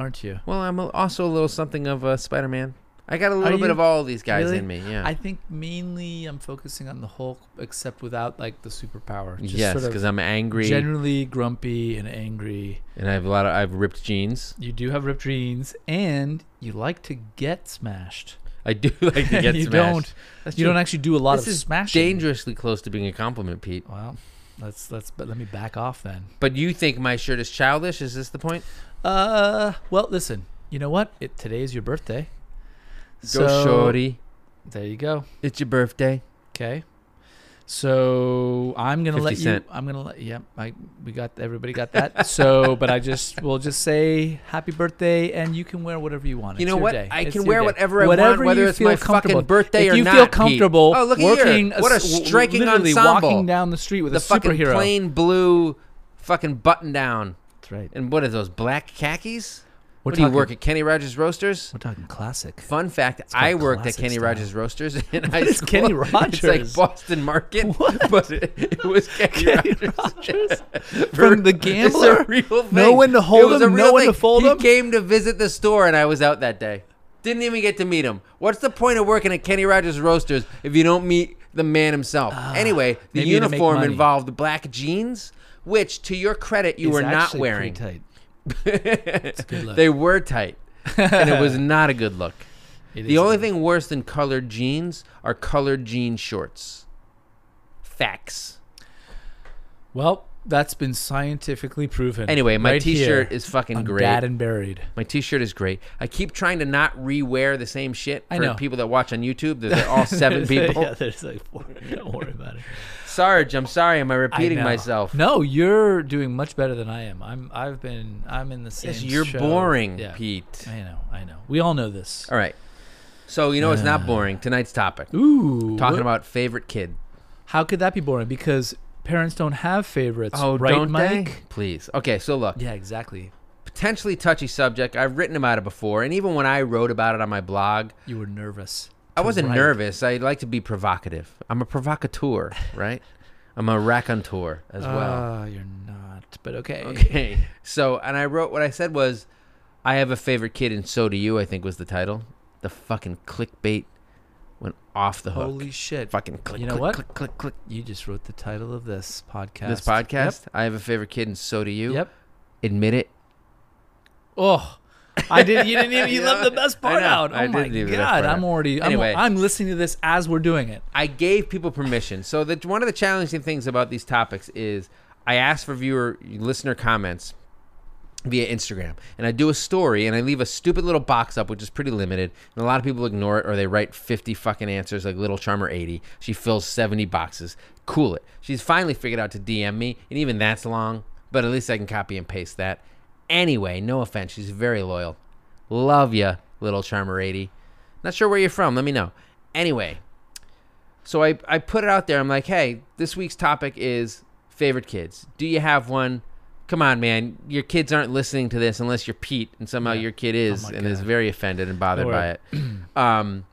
Speaker 2: aren't you?
Speaker 1: Well, I'm a- also a little something of uh, Spider-Man. I got a little bit
Speaker 2: you?
Speaker 1: of all of these guys
Speaker 2: Really?
Speaker 1: in me. Yeah.
Speaker 2: I think mainly I'm focusing on the Hulk, except without like the superpower. Just
Speaker 1: yes,
Speaker 2: sort
Speaker 1: because
Speaker 2: of
Speaker 1: I'm angry
Speaker 2: generally grumpy and angry.
Speaker 1: and I have a lot of I've ripped jeans.
Speaker 2: You do have ripped jeans, and you like to get smashed.
Speaker 1: I do like to get
Speaker 2: you
Speaker 1: smashed.
Speaker 2: don't.
Speaker 1: That's
Speaker 2: you
Speaker 1: true.
Speaker 2: don't actually do a lot
Speaker 1: This
Speaker 2: of
Speaker 1: is
Speaker 2: smashing.
Speaker 1: dangerously close to being a compliment, Pete.
Speaker 2: Well, let's let's but let me back off then.
Speaker 1: But you think my shirt is childish? Is this the point?
Speaker 2: Uh, well, listen. You know what? It today is your birthday.
Speaker 1: Go shorty.
Speaker 2: There you go.
Speaker 1: It's your birthday.
Speaker 2: Okay. So I'm gonna let
Speaker 1: 50
Speaker 2: you.
Speaker 1: Cent.
Speaker 2: I'm gonna let. Yep. I we got everybody got that. so, but I just we'll just say happy birthday, and you can wear whatever you want.
Speaker 1: You
Speaker 2: It's
Speaker 1: know
Speaker 2: your
Speaker 1: what?
Speaker 2: day.
Speaker 1: I
Speaker 2: It's
Speaker 1: can
Speaker 2: your
Speaker 1: wear
Speaker 2: day.
Speaker 1: whatever I want, whether
Speaker 2: you
Speaker 1: it's
Speaker 2: feel
Speaker 1: my fucking
Speaker 2: comfortable.
Speaker 1: birthday
Speaker 2: if
Speaker 1: or
Speaker 2: you
Speaker 1: not,
Speaker 2: feel
Speaker 1: Pete.
Speaker 2: comfortable
Speaker 1: Oh, look at here.
Speaker 2: working,
Speaker 1: What a
Speaker 2: s-
Speaker 1: striking
Speaker 2: literally
Speaker 1: ensemble.
Speaker 2: walking down the street with
Speaker 1: The
Speaker 2: a
Speaker 1: fucking
Speaker 2: superhero.
Speaker 1: plain blue fucking button down.
Speaker 2: That's right.
Speaker 1: And what are those, black khakis?
Speaker 2: We're
Speaker 1: what do you
Speaker 2: talking.
Speaker 1: work at Kenny Rogers Roasters?
Speaker 2: we're talking classic.
Speaker 1: Fun fact:
Speaker 2: called
Speaker 1: I worked at
Speaker 2: classic
Speaker 1: Kenny
Speaker 2: style.
Speaker 1: Rogers Roasters in high
Speaker 2: is
Speaker 1: school.
Speaker 2: Kenny
Speaker 1: It's like
Speaker 2: Rogers?
Speaker 1: Boston Market, but it, it was Kenny, Rogers.
Speaker 2: From the
Speaker 1: It's a
Speaker 2: gambler.
Speaker 1: real thing.
Speaker 2: No one to
Speaker 1: It
Speaker 2: hold
Speaker 1: was
Speaker 2: him,
Speaker 1: a
Speaker 2: no
Speaker 1: real
Speaker 2: one to
Speaker 1: thing.
Speaker 2: fold
Speaker 1: he
Speaker 2: him.
Speaker 1: came to visit the store, and I was out that day. Didn't even get to meet him. What's the point of working at Kenny Rogers Roasters if you don't meet the man himself? anyway, the
Speaker 2: Ah, maybe to make
Speaker 1: uniform
Speaker 2: money.
Speaker 1: involved black jeans, which, to your credit, you
Speaker 2: It's
Speaker 1: were not
Speaker 2: actually pretty
Speaker 1: wearing.
Speaker 2: Tight. good look.
Speaker 1: they were tight, and it was not a good look.
Speaker 2: It
Speaker 1: The
Speaker 2: is
Speaker 1: only
Speaker 2: good.
Speaker 1: thing worse than colored jeans are colored jean shorts. Facts.
Speaker 2: Well, that's been scientifically proven.
Speaker 1: Anyway, my
Speaker 2: Right
Speaker 1: t-shirt
Speaker 2: here
Speaker 1: is fucking
Speaker 2: on
Speaker 1: great.
Speaker 2: Dad and buried.
Speaker 1: my t-shirt is great. I keep trying to not re-wear the same shit
Speaker 2: I
Speaker 1: for
Speaker 2: know.
Speaker 1: people that watch on YouTube. There's like all seven people.
Speaker 2: yeah, there's like four. Don't worry about it.
Speaker 1: Sarge, I'm sorry. Am I
Speaker 2: I
Speaker 1: repeating
Speaker 2: know.
Speaker 1: myself?
Speaker 2: No, you're doing much better than I am. I'm. I've been. I'm in the same.
Speaker 1: Yes, you're
Speaker 2: show.
Speaker 1: boring,
Speaker 2: Yeah.
Speaker 1: Pete.
Speaker 2: I know. I know. We all know this.
Speaker 1: All right. So you know it's not boring. Tonight's topic.
Speaker 2: Uh, Ooh,
Speaker 1: Talking
Speaker 2: what-
Speaker 1: about favorite kid.
Speaker 2: how could that be boring? Because parents don't have favorites.
Speaker 1: Oh,
Speaker 2: right,
Speaker 1: don't
Speaker 2: Mike?
Speaker 1: they? Please. Okay, so look.
Speaker 2: Yeah, exactly.
Speaker 1: Potentially touchy subject. I've written about it before, and even when I wrote about it on my blog,
Speaker 2: You were nervous.
Speaker 1: I
Speaker 2: to
Speaker 1: wasn't
Speaker 2: write.
Speaker 1: nervous. I like to be provocative. I'm a provocateur, right? I'm a raconteur as well.
Speaker 2: Ah, you're not. But okay.
Speaker 1: Okay. So, and I wrote what I said was, I have a favorite kid, and so do you. I think was the title. The fucking clickbait went off the hook.
Speaker 2: Holy shit.
Speaker 1: Fucking click,
Speaker 2: You know
Speaker 1: click,
Speaker 2: what?
Speaker 1: click, click, click.
Speaker 2: You just wrote the title of this podcast.
Speaker 1: This podcast, I have a favorite kid, and so do
Speaker 2: Yep.
Speaker 1: you.
Speaker 2: yep.
Speaker 1: Admit it.
Speaker 2: Oh, I did. You didn't even. You
Speaker 1: Yeah.
Speaker 2: left the best
Speaker 1: I
Speaker 2: part
Speaker 1: know.
Speaker 2: out. Oh
Speaker 1: I
Speaker 2: my
Speaker 1: did leave the best part
Speaker 2: god!
Speaker 1: out.
Speaker 2: I'm already. I'm,
Speaker 1: Anyway.
Speaker 2: I'm listening to this as we're doing it.
Speaker 1: I gave people permission. So that one of the challenging things about these topics is I ask for viewer listener comments via Instagram, and I do a story, and I leave a stupid little box up, which is pretty limited, and a lot of people ignore it, or they write 50 fucking answers, like Little Charmer 80. She fills 70 boxes. Cool it. She's finally figured out to DM me, and even that's long, but at least I can copy and paste that. Anyway, no offense, she's very loyal. Love ya, Little Charmer 80. Not sure where you're from. Let me know. Anyway, so I, I put it out there. I'm like, hey, this week's topic is favorite kids. Do you have one? Come on, man. Your kids aren't listening to this unless you're Pete, and somehow your kid is
Speaker 2: Oh my
Speaker 1: and is
Speaker 2: God.
Speaker 1: very offended and bothered
Speaker 2: Don't
Speaker 1: by
Speaker 2: worry.
Speaker 1: it. Um,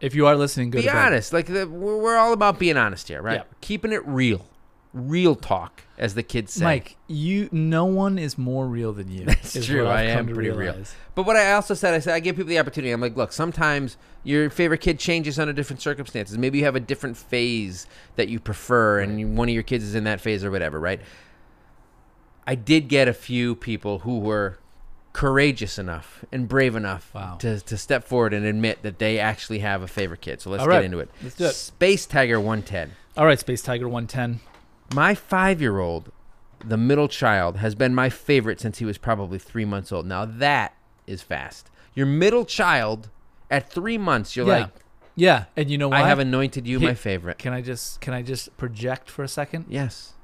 Speaker 2: If you are listening, go
Speaker 1: be
Speaker 2: to bed.
Speaker 1: honest. Like the, we're we're all about being honest here, right?
Speaker 2: Yeah.
Speaker 1: Keeping it real, real talk, as the kids say.
Speaker 2: Mike, you. No one is more real than you.
Speaker 1: That's
Speaker 2: is
Speaker 1: true.
Speaker 2: what
Speaker 1: I
Speaker 2: I've come
Speaker 1: am
Speaker 2: to
Speaker 1: pretty real.
Speaker 2: realize.
Speaker 1: But what I also said, I said I give people the opportunity. I'm like, look, sometimes your favorite kid changes under different circumstances. Maybe you have a different phase that you prefer, and you, one of your kids is in that phase or whatever, right? I did get a few people who were courageous enough and brave enough
Speaker 2: Wow.
Speaker 1: to, to step forward and admit that they actually have a favorite kid. So let's
Speaker 2: All
Speaker 1: get
Speaker 2: right.
Speaker 1: into it.
Speaker 2: Let's do it.
Speaker 1: Space Tiger 110.
Speaker 2: All right, Space Tiger 110.
Speaker 1: My five year old, the middle child, has been my favorite since he was probably three months old. Now that is fast. Your middle child at three months, you're
Speaker 2: yeah.
Speaker 1: like,
Speaker 2: yeah, and you know what?
Speaker 1: I have anointed you
Speaker 2: He-
Speaker 1: my favorite.
Speaker 2: Can I just can I just project for a second?
Speaker 1: Yes.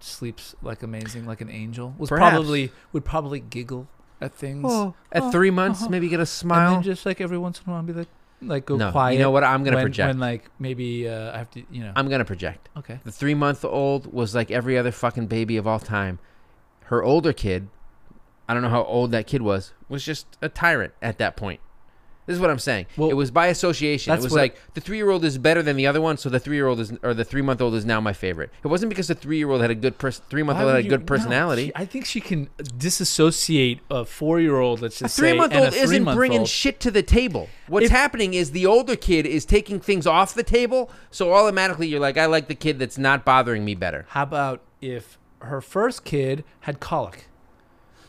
Speaker 2: Sleeps like amazing, like an angel. Was
Speaker 1: Perhaps.
Speaker 2: probably would probably giggle at things.
Speaker 1: At
Speaker 2: oh,
Speaker 1: three months,
Speaker 2: uh-huh.
Speaker 1: maybe get a
Speaker 2: and
Speaker 1: smile.
Speaker 2: then just like every once in a while, be like, like go
Speaker 1: no,
Speaker 2: quiet.
Speaker 1: you know what? I'm gonna
Speaker 2: when,
Speaker 1: project.
Speaker 2: when like maybe uh, I have to, you know.
Speaker 1: I'm gonna project.
Speaker 2: okay.
Speaker 1: The three month old was like every other fucking baby of all time. Her older kid, I don't know how old that kid was, was just a tyrant at that point. This is what I'm saying.
Speaker 2: Well,
Speaker 1: it was by association. It
Speaker 2: that's
Speaker 1: was
Speaker 2: what-
Speaker 1: like the three year old is better than the other one, so the three year old is or the three month old is now my favorite. It wasn't because the three year old had a good pers- three month
Speaker 2: Why
Speaker 1: old
Speaker 2: would
Speaker 1: had a
Speaker 2: you-
Speaker 1: good
Speaker 2: no,
Speaker 1: personality.
Speaker 2: she- I think she can disassociate a four-year-old. Let's
Speaker 1: a
Speaker 2: just
Speaker 1: three
Speaker 2: say,
Speaker 1: month
Speaker 2: and a
Speaker 1: old isn't bringing
Speaker 2: three-month-old.
Speaker 1: shit to the table. What's
Speaker 2: If-
Speaker 1: happening is the older kid is taking things off the table, so automatically you're like, I like the kid that's not bothering me better.
Speaker 2: How about if her first kid had colic?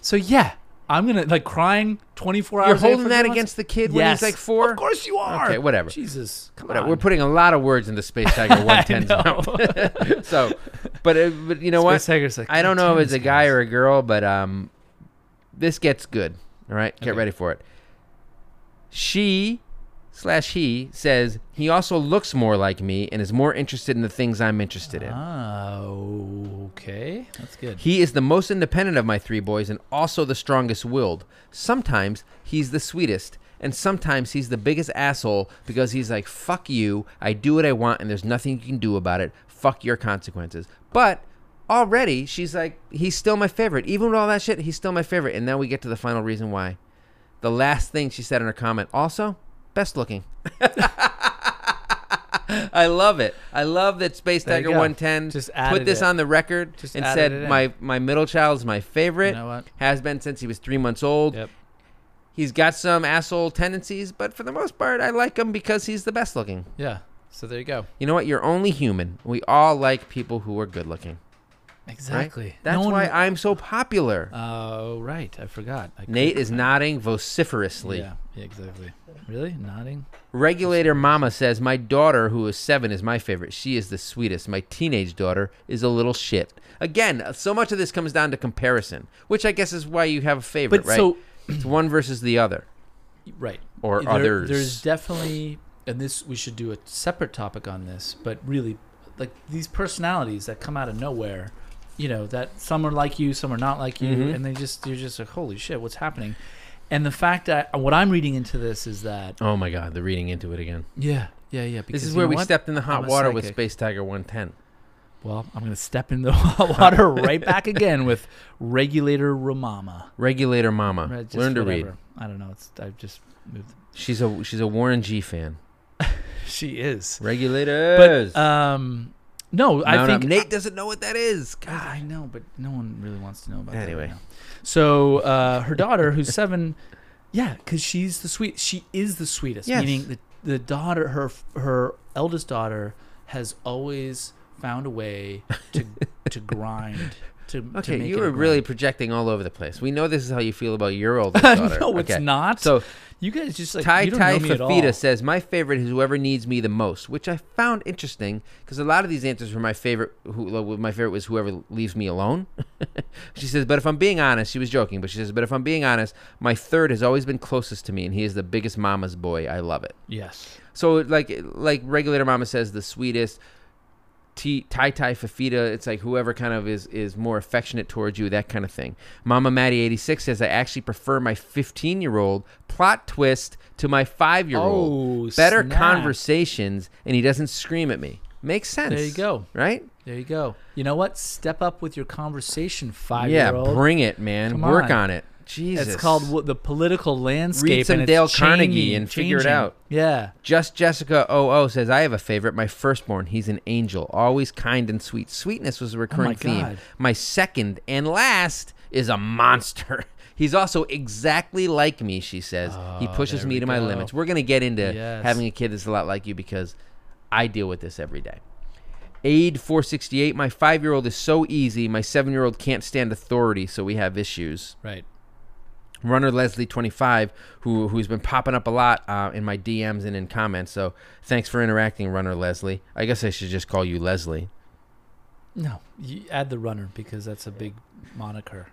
Speaker 2: So yeah, I'm gonna like crying 24
Speaker 1: You're
Speaker 2: hours. a day
Speaker 1: holding
Speaker 2: for
Speaker 1: that
Speaker 2: three months?
Speaker 1: against the kid when he's
Speaker 2: yes.
Speaker 1: like four?
Speaker 2: Of course you are.
Speaker 1: Okay, whatever.
Speaker 2: Jesus, come
Speaker 1: Whatever.
Speaker 2: on.
Speaker 1: We're putting a lot of words into Space Tiger 110's
Speaker 2: know.
Speaker 1: mouth. so, but, uh, but you know what?
Speaker 2: Space Tiger's like,
Speaker 1: I don't know if
Speaker 2: "God
Speaker 1: it's a
Speaker 2: damn,
Speaker 1: guy
Speaker 2: this
Speaker 1: or a girl, but um, this gets good. All right, get ready for it. She slash he says he also looks more like me and is more interested in the things I'm interested in.
Speaker 2: Oh, okay. That's good.
Speaker 1: He is the most independent of my three boys and also the strongest willed. Sometimes he's the sweetest, and sometimes he's the biggest asshole because he's like, fuck you, I do what I want, and there's nothing you can do about it. Fuck your consequences. But already she's like, he's still my favorite. Even with all that shit, he's still my favorite. And now we get to the final reason why. The last thing she said in her comment, also, best looking. I love it. I love that Space
Speaker 2: There you
Speaker 1: Tiger
Speaker 2: go.
Speaker 1: 110
Speaker 2: Just
Speaker 1: put
Speaker 2: added
Speaker 1: this
Speaker 2: it.
Speaker 1: on the record
Speaker 2: Just
Speaker 1: and
Speaker 2: added it
Speaker 1: said
Speaker 2: in.
Speaker 1: my my middle child is my favorite.
Speaker 2: You know what?
Speaker 1: Has been since he was three months old.
Speaker 2: Yep.
Speaker 1: He's got some asshole tendencies, but for the most part, I like him because he's the best looking.
Speaker 2: Yeah. So there you go.
Speaker 1: You know what? You're only human. We all like people who are good looking. right? That's why I'm so popular.
Speaker 2: Oh, right. I forgot. I
Speaker 1: Nate
Speaker 2: couldn't-
Speaker 1: is nodding vociferously.
Speaker 2: Yeah, yeah, exactly. Really? Nodding?
Speaker 1: Regulator Mama says, My daughter, who is seven, is my favorite. She is the sweetest. My teenage daughter is a little shit. Again, so much of this comes down to comparison, which I guess is why you have a favorite,
Speaker 2: But
Speaker 1: right?
Speaker 2: so,
Speaker 1: it's one versus the other.
Speaker 2: right.
Speaker 1: Or
Speaker 2: There-
Speaker 1: others.
Speaker 2: There's definitely, and this, we should do a separate topic on this, but really, like these personalities that come out of nowhere, you know, that some are like you, some are not like you,
Speaker 1: Mhm.
Speaker 2: and they just, you're just like, holy shit, what's happening? And the fact that what I'm reading into this is that,
Speaker 1: Oh my God, they're reading into it again.
Speaker 2: yeah, yeah, yeah. Because
Speaker 1: This is
Speaker 2: you
Speaker 1: where
Speaker 2: know
Speaker 1: we
Speaker 2: what?
Speaker 1: stepped in the hot
Speaker 2: I'm a
Speaker 1: water with
Speaker 2: psychic.
Speaker 1: Space Tiger 110.
Speaker 2: Well, I'm going to step in the hot water right back again with Regulator Ramama.
Speaker 1: Regulator Mama,
Speaker 2: Right, just
Speaker 1: Uh, learn to read.
Speaker 2: whatever. I don't know. It's I've just moved.
Speaker 1: She's a she's a Warren G fan.
Speaker 2: She is.
Speaker 1: Regulators.
Speaker 2: Um, no, I
Speaker 1: Mount up.
Speaker 2: think
Speaker 1: Nate doesn't know what that is. God.
Speaker 2: God, I know, but no one really wants to know about that.
Speaker 1: Anyway.
Speaker 2: right now. so uh, her daughter, who's seven, yeah, because she's the sweet. She is the sweetest.
Speaker 1: Yes.
Speaker 2: Meaning the the daughter, her her eldest daughter has always found a way to to grind. To, to
Speaker 1: Okay,
Speaker 2: make
Speaker 1: you
Speaker 2: it a
Speaker 1: were really
Speaker 2: grind.
Speaker 1: projecting all over the place. We know this is how you feel about your oldest daughter.
Speaker 2: no, it's
Speaker 1: Okay.
Speaker 2: not.
Speaker 1: So
Speaker 2: you guys just like
Speaker 1: Ty
Speaker 2: you don't
Speaker 1: Ty
Speaker 2: know me at all.
Speaker 1: Fafita says, "My favorite is whoever needs me the most," which I found interesting because a lot of these answers were my favorite. Who well, my favorite was whoever leaves me alone. she says, "But if I'm being honest, she was joking." But she says, "But if I'm being honest, my third has always been closest to me, and he is the biggest mama's boy. I love it."
Speaker 2: yes,
Speaker 1: So like like regulator mama says, the sweetest. T- Ty Ty Fafita, it's like whoever kind of is is more affectionate towards you, that kind of thing. Mama Maddie eighty six says I actually prefer my fifteen year old plot twist to my five year old.
Speaker 2: Oh,
Speaker 1: Better
Speaker 2: snap.
Speaker 1: conversations, and he doesn't scream at me. Makes sense.
Speaker 2: there you go.
Speaker 1: Right?
Speaker 2: There you go. You know what? Step up with your conversation, five
Speaker 1: Yeah,
Speaker 2: year old.
Speaker 1: bring it, man.
Speaker 2: Come
Speaker 1: Work on.
Speaker 2: on.
Speaker 1: it. Jesus,
Speaker 2: It's called w- the political landscape.
Speaker 1: Read some
Speaker 2: and it's
Speaker 1: Dale Carnegie
Speaker 2: changing-
Speaker 1: and figure it
Speaker 2: changing.
Speaker 1: out.
Speaker 2: Yeah,
Speaker 1: Just Jessica OO says, I have a favorite, my firstborn. He's an angel, always kind and sweet. Sweetness was a recurring
Speaker 2: Oh my
Speaker 1: theme.
Speaker 2: God.
Speaker 1: My second and last is a monster. He's also exactly like me, she says. he
Speaker 2: Oh,
Speaker 1: pushes
Speaker 2: there
Speaker 1: me
Speaker 2: we
Speaker 1: to my
Speaker 2: go.
Speaker 1: limits. We're going to get into
Speaker 2: Yes.
Speaker 1: having a kid that's a lot like you because I deal with this every day. Aid 468, my five year old is so easy. My seven year old can't stand authority, so we have issues
Speaker 2: right.
Speaker 1: runner Leslie 25 who who's been popping up a lot uh, in my DMs and in comments. So thanks for interacting, runner Leslie. I guess I should just call you Leslie.
Speaker 2: No, you add the runner because that's a big moniker.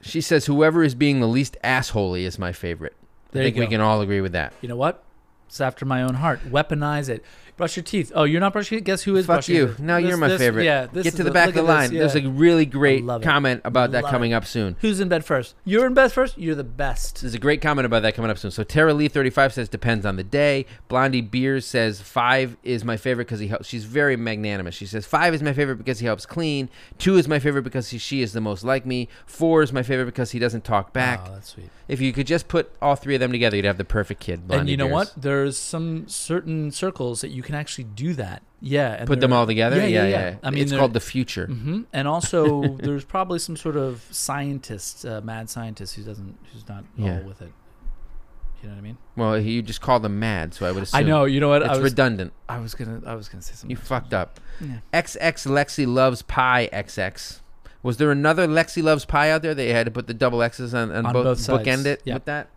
Speaker 1: She says whoever is being the least assholey is my favorite.
Speaker 2: There
Speaker 1: I think
Speaker 2: you
Speaker 1: we
Speaker 2: go.
Speaker 1: can all agree with that.
Speaker 2: You know what? It's after my own heart. Weaponize it. Brush your teeth. Oh, you're not brushing it. Guess who is
Speaker 1: Fuck
Speaker 2: brushing
Speaker 1: you.
Speaker 2: it?
Speaker 1: No,
Speaker 2: This-
Speaker 1: you're my
Speaker 2: this-
Speaker 1: favorite.
Speaker 2: Yeah, this
Speaker 1: Get
Speaker 2: is
Speaker 1: to the back of the
Speaker 2: look at
Speaker 1: line.
Speaker 2: this, yeah.
Speaker 1: There's a really great
Speaker 2: love it.
Speaker 1: comment about that
Speaker 2: Love
Speaker 1: coming
Speaker 2: it.
Speaker 1: up soon.
Speaker 2: Who's in bed first? You're in bed first. You're the best.
Speaker 1: There's a great comment about that coming up soon. So Tara Lee 35 says depends on the day. Blondie Beers says five is my favorite because he helps. She's very magnanimous. She says five is my favorite because he helps clean. Two is my favorite because he, she is the most like me. Four is my favorite because he doesn't talk back.
Speaker 2: Oh, that's sweet.
Speaker 1: if you could just put all three of them together, you'd have the perfect kid. Blondie
Speaker 2: and you know
Speaker 1: Beers.
Speaker 2: what? There's some certain circles that you can actually do that. Yeah. And
Speaker 1: Put them
Speaker 2: they're-
Speaker 1: all together. Yeah, yeah.
Speaker 2: I mean,
Speaker 1: it's
Speaker 2: they're-
Speaker 1: called the future.
Speaker 2: Mhm. And also, there's probably some sort of scientist, uh, mad scientist who doesn't, who's not
Speaker 1: Yeah.
Speaker 2: all with it. You know what I mean?
Speaker 1: Well, you just call them mad, so I would assume.
Speaker 2: I know. You know what?
Speaker 1: It's
Speaker 2: I was,
Speaker 1: redundant.
Speaker 2: I was gonna, I was gonna say something.
Speaker 1: You fucked up.
Speaker 2: Yeah.
Speaker 1: XX Lexi loves pie XX. Was there another Lexi loves pie out there that you had to put the double X's on, on,
Speaker 2: On
Speaker 1: both,
Speaker 2: both sides.
Speaker 1: bookend it
Speaker 2: Yep.
Speaker 1: with that?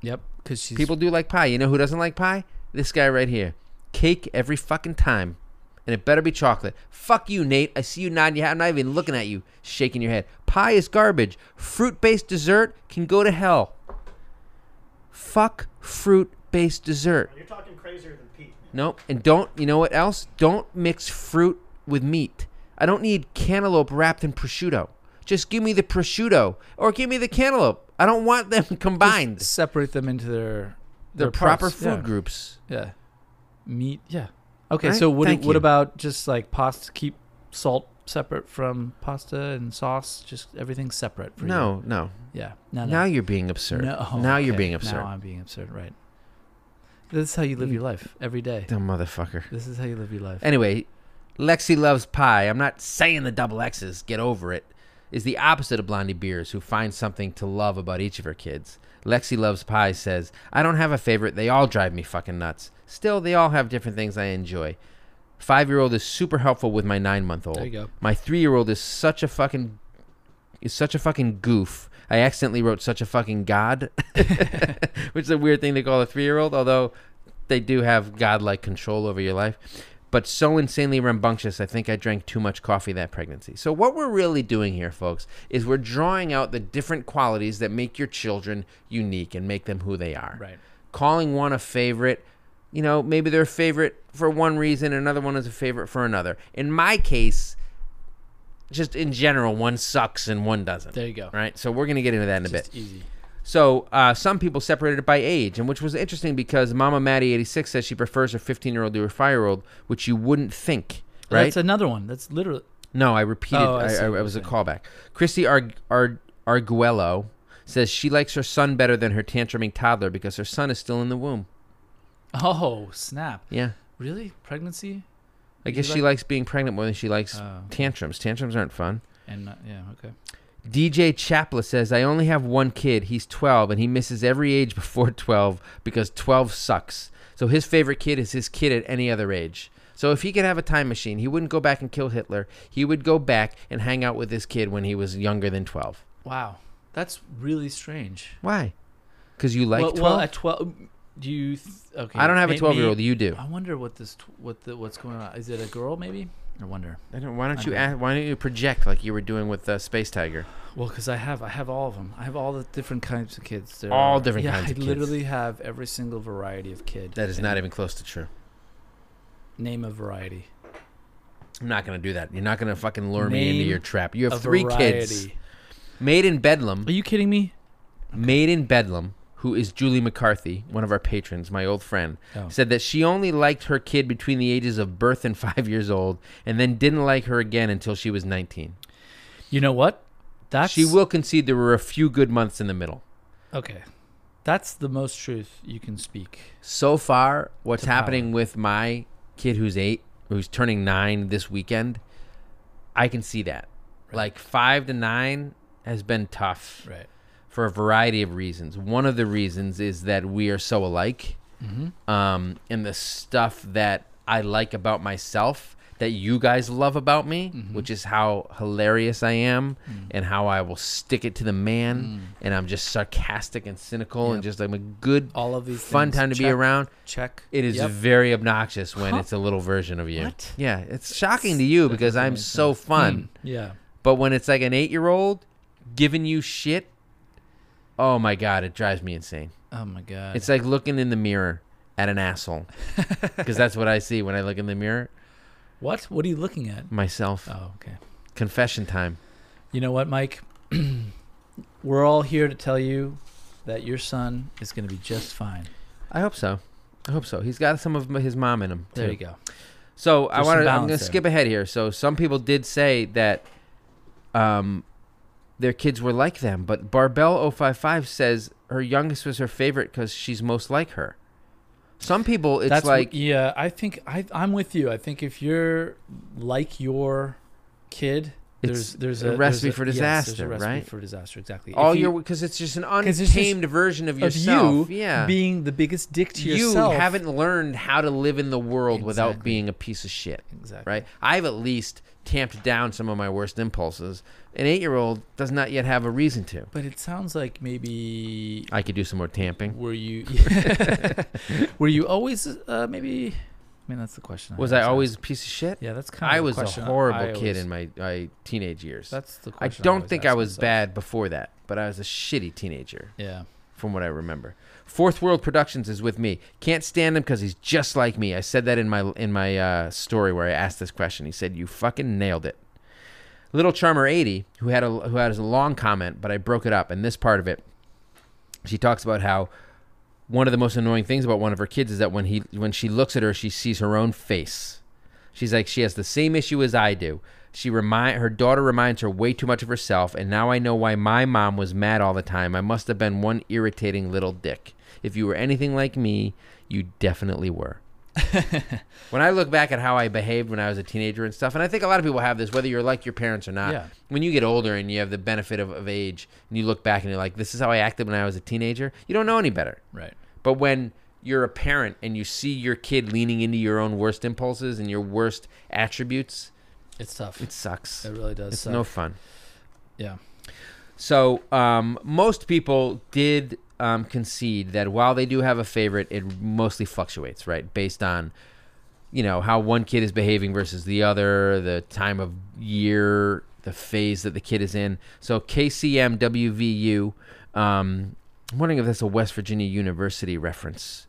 Speaker 2: Yep. Because she's
Speaker 1: People do like pie. You know who doesn't like pie? This guy right here. Cake every fucking time. And it better be chocolate. Fuck you, Nate. I see you nodding your head. I'm not even looking at you, shaking your head. Pie is garbage. Fruit based dessert can go to hell. Fuck fruit based dessert.
Speaker 3: You're talking crazier than Pete.
Speaker 1: Nope. And don't, you know what else? Don't mix fruit with meat. I don't need cantaloupe wrapped in prosciutto. Just give me the prosciutto or give me the cantaloupe. I don't want them combined.
Speaker 2: separate them into their
Speaker 1: They're
Speaker 2: their
Speaker 1: proper
Speaker 2: parts.
Speaker 1: food
Speaker 2: yeah.
Speaker 1: groups.
Speaker 2: Yeah, meat. Yeah. Okay,
Speaker 1: Right?
Speaker 2: so what?
Speaker 1: Thank
Speaker 2: what
Speaker 1: you.
Speaker 2: about just like pasta? Keep salt separate from pasta and sauce. Just everything separate. For
Speaker 1: No, no.
Speaker 2: You. Yeah. No.
Speaker 1: Now
Speaker 2: No.
Speaker 1: you're being absurd.
Speaker 2: No. Oh,
Speaker 1: now you're
Speaker 2: okay.
Speaker 1: being absurd. Mm.
Speaker 2: Now I'm being absurd. Right. This is how you live your life every day.
Speaker 1: Dumb motherfucker.
Speaker 2: This is how you live your life.
Speaker 1: Anyway, Lexi loves pie. I'm not saying the double X's, get over it, is the opposite of Blondie Beers, who finds something to love about each of her kids. Lexi Loves Pie says, I don't have a favorite. They all drive me fucking nuts. Still, they all have different things I enjoy. Five year old is super helpful with my nine month old.
Speaker 2: There you go.
Speaker 1: My three year old is such a fucking is such a fucking goof. I accidentally wrote such a fucking god, which is a weird thing to call a three year old, although they do have godlike control over your life. But so insanely rambunctious, I think I drank too much coffee that pregnancy. So, what we're really doing here, folks, is we're drawing out the different qualities that make your children unique and make them who they are
Speaker 2: Right.
Speaker 1: calling one a favorite you know maybe they're a favorite for one reason another one is a favorite for another in my case just in general one sucks and one doesn't
Speaker 2: There you go.
Speaker 1: right so we're gonna get into that in a bit
Speaker 2: Just easy.
Speaker 1: so uh, some people separated it by age, and which was interesting because Mama Maddie eighty six says she prefers her fifteen year old to her five year old, which you wouldn't think, right?
Speaker 2: That's another one. That's literally.
Speaker 1: No, I repeated.
Speaker 2: Oh, I
Speaker 1: I,
Speaker 2: see
Speaker 1: I,
Speaker 2: what
Speaker 1: it
Speaker 2: you're
Speaker 1: was a
Speaker 2: saying.
Speaker 1: callback. Christy Ar- Ar- Arguello says she likes her son better than her tantruming toddler because her son is still in the womb.
Speaker 2: Oh snap!
Speaker 1: Yeah.
Speaker 2: Really? Pregnancy?
Speaker 1: I
Speaker 2: You
Speaker 1: guess she
Speaker 2: like-
Speaker 1: likes being pregnant more than she likes
Speaker 2: Oh.
Speaker 1: tantrums. Tantrums aren't fun.
Speaker 2: And not, yeah. Okay.
Speaker 1: DJ Chapla says, I only have one kid. He's 12, and he misses every age before 12 because 12 sucks. So his favorite kid is his kid at any other age. So if he could have a time machine, he wouldn't go back and kill Hitler. He would go back and hang out with this kid when he was younger than 12.
Speaker 2: Wow, that's really strange.
Speaker 1: Why? Because you like
Speaker 2: well,
Speaker 1: 12?
Speaker 2: well, at twelve, do you? Th- okay,
Speaker 1: I don't have a
Speaker 2: may-
Speaker 1: 12 year
Speaker 2: may-
Speaker 1: old. You do.
Speaker 2: I wonder what this, tw- what the, what's going on? Is it a girl maybe? I wonder.
Speaker 1: I don't, why don't
Speaker 2: I
Speaker 1: you
Speaker 2: don't.
Speaker 1: ask, Why don't you project like you were doing with uh, Space Tiger?
Speaker 2: Well, because I have, I have all of them. I have all the different kinds of kids. There
Speaker 1: All
Speaker 2: are.
Speaker 1: different
Speaker 2: yeah,
Speaker 1: kinds
Speaker 2: I
Speaker 1: of kids.
Speaker 2: literally have every single variety of kid.
Speaker 1: That is
Speaker 2: And
Speaker 1: not even close to true.
Speaker 2: name a variety.
Speaker 1: I'm not gonna do that. You're not gonna fucking lure me into
Speaker 2: Name
Speaker 1: your trap. You
Speaker 2: a
Speaker 1: have three kids.
Speaker 2: variety.
Speaker 1: Made in Bedlam.
Speaker 2: Are you kidding me?
Speaker 1: Made in Bedlam, who is Julie McCarthy, one of our patrons, my old friend,
Speaker 2: Oh.
Speaker 1: said that she only liked her kid between the ages of birth and five years old, and then didn't like her again until she was 19.
Speaker 2: You know what? That's
Speaker 1: She will concede there were a few good months in the middle.
Speaker 2: Okay, that's the most truth you can speak.
Speaker 1: So far, what's
Speaker 2: To power.
Speaker 1: happening with my kid who's eight, who's turning nine this weekend, I can see that. Like five to nine has been tough.
Speaker 2: Right.
Speaker 1: for a variety of reasons. One of the reasons is that we are so alike,
Speaker 2: Mm-hmm.
Speaker 1: um, and the stuff that I like about myself that you guys love about me,
Speaker 2: Mm-hmm.
Speaker 1: which is how hilarious I am
Speaker 2: Mm.
Speaker 1: and how I will stick it to the man, and I'm just sarcastic and cynical and
Speaker 2: Yep.
Speaker 1: just I'm a good,
Speaker 2: All of these
Speaker 1: fun
Speaker 2: things.
Speaker 1: time to be
Speaker 2: Check,
Speaker 1: around.
Speaker 2: Check.
Speaker 1: It is
Speaker 2: Yep.
Speaker 1: very obnoxious when
Speaker 2: Huh?
Speaker 1: it's a little version of you.
Speaker 2: What?
Speaker 1: Yeah, it's shocking to you
Speaker 2: That
Speaker 1: because
Speaker 2: doesn't
Speaker 1: I'm
Speaker 2: make
Speaker 1: so
Speaker 2: sense.
Speaker 1: fun.
Speaker 2: Yeah.
Speaker 1: But when it's like an eight year old giving you shit, oh my God, it drives me insane.
Speaker 2: Oh my god.
Speaker 1: It's like looking in the mirror at an asshole. Because that's what I see when I look in the mirror.
Speaker 2: what? What are you looking at?
Speaker 1: Myself.
Speaker 2: Oh, okay.
Speaker 1: Confession time.
Speaker 2: You know what, Mike? We're all here to tell you that your son is going to be just fine.
Speaker 1: I hope so. I hope so. He's got some of his mom in him.
Speaker 2: There
Speaker 1: too.
Speaker 2: you go.
Speaker 1: So I
Speaker 2: There's some
Speaker 1: want to. I'm
Speaker 2: balance
Speaker 1: going to
Speaker 2: there.
Speaker 1: skip ahead here. So some people did say that, um, their kids were like them, but Barbell 055 says her youngest was her favorite because she's most like her. Some people, it's
Speaker 2: That's what-
Speaker 1: like
Speaker 2: yeah. I think I, I'm with you. I think if you're like your kid,
Speaker 1: It's
Speaker 2: there's there's
Speaker 1: a
Speaker 2: a,
Speaker 1: recipe
Speaker 2: there's a-
Speaker 1: for
Speaker 2: yes,
Speaker 1: disaster,
Speaker 2: there's a recipe
Speaker 1: right?
Speaker 2: for disaster, exactly.
Speaker 1: all
Speaker 2: If you-
Speaker 1: your because it's just an
Speaker 2: 'Cause it's just
Speaker 1: untamed version of
Speaker 2: of
Speaker 1: yourself.
Speaker 2: you
Speaker 1: yeah,
Speaker 2: being the biggest dick to
Speaker 1: you
Speaker 2: yourself.
Speaker 1: haven't learned how to live in the world without
Speaker 2: Exactly.
Speaker 1: being a piece of shit,
Speaker 2: exactly
Speaker 1: right? I've at least tamped down some of my worst impulses. An eight-year-old does not yet have a reason to.
Speaker 2: But it sounds like maybe
Speaker 1: I could do some more tamping.
Speaker 2: were you were you always uh, maybe? I mean, that's the question.
Speaker 1: Was I
Speaker 2: always ask.
Speaker 1: always a piece of shit?
Speaker 2: Yeah, that's kind of.
Speaker 1: I
Speaker 2: the
Speaker 1: was a
Speaker 2: question
Speaker 1: horrible
Speaker 2: I
Speaker 1: kid
Speaker 2: always-
Speaker 1: in my, my teenage years.
Speaker 2: That's the
Speaker 1: I
Speaker 2: question.
Speaker 1: don't
Speaker 2: always
Speaker 1: think
Speaker 2: ask
Speaker 1: I was
Speaker 2: myself.
Speaker 1: bad before that, but I was a shitty teenager
Speaker 2: Yeah.
Speaker 1: from what I remember. Fourth World Productions is with me. Can't stand him because he's just like me. I said that in my in my uh, story where I asked this question. He said, "You fucking nailed it." Little Charmer eighty, who had a who had a long comment, but I broke it up. And this part of it, she talks about how one of the most annoying things about one of her kids is that when he when she looks at her, she sees her own face. She's like she has the same issue as I do. She remind her daughter reminds her way too much of herself, and now I know why my mom was mad all the time. I must have been one irritating little dick. If you were anything like me, you definitely were. when I look back at how I behaved when I was a teenager and stuff, and I think a lot of people have this, whether you're like your parents or not.
Speaker 2: Yeah.
Speaker 1: When you get older and you have the benefit of, of age, and you look back and you're like, "This is how I acted when I was a teenager," you don't know any better.
Speaker 2: Right.
Speaker 1: But when you're a parent and you see your kid leaning into your own worst impulses and your worst attributes,
Speaker 2: It's tough.
Speaker 1: it sucks.
Speaker 2: it really does.
Speaker 1: It's
Speaker 2: suck.
Speaker 1: no fun.
Speaker 2: yeah.
Speaker 1: So um, most people did um, concede that while they do have a favorite, it mostly fluctuates, right, based on you know how one kid is behaving versus the other, the time of year, the phase that the kid is in. So KCMWVU. Um, I'm wondering if that's a West Virginia University reference.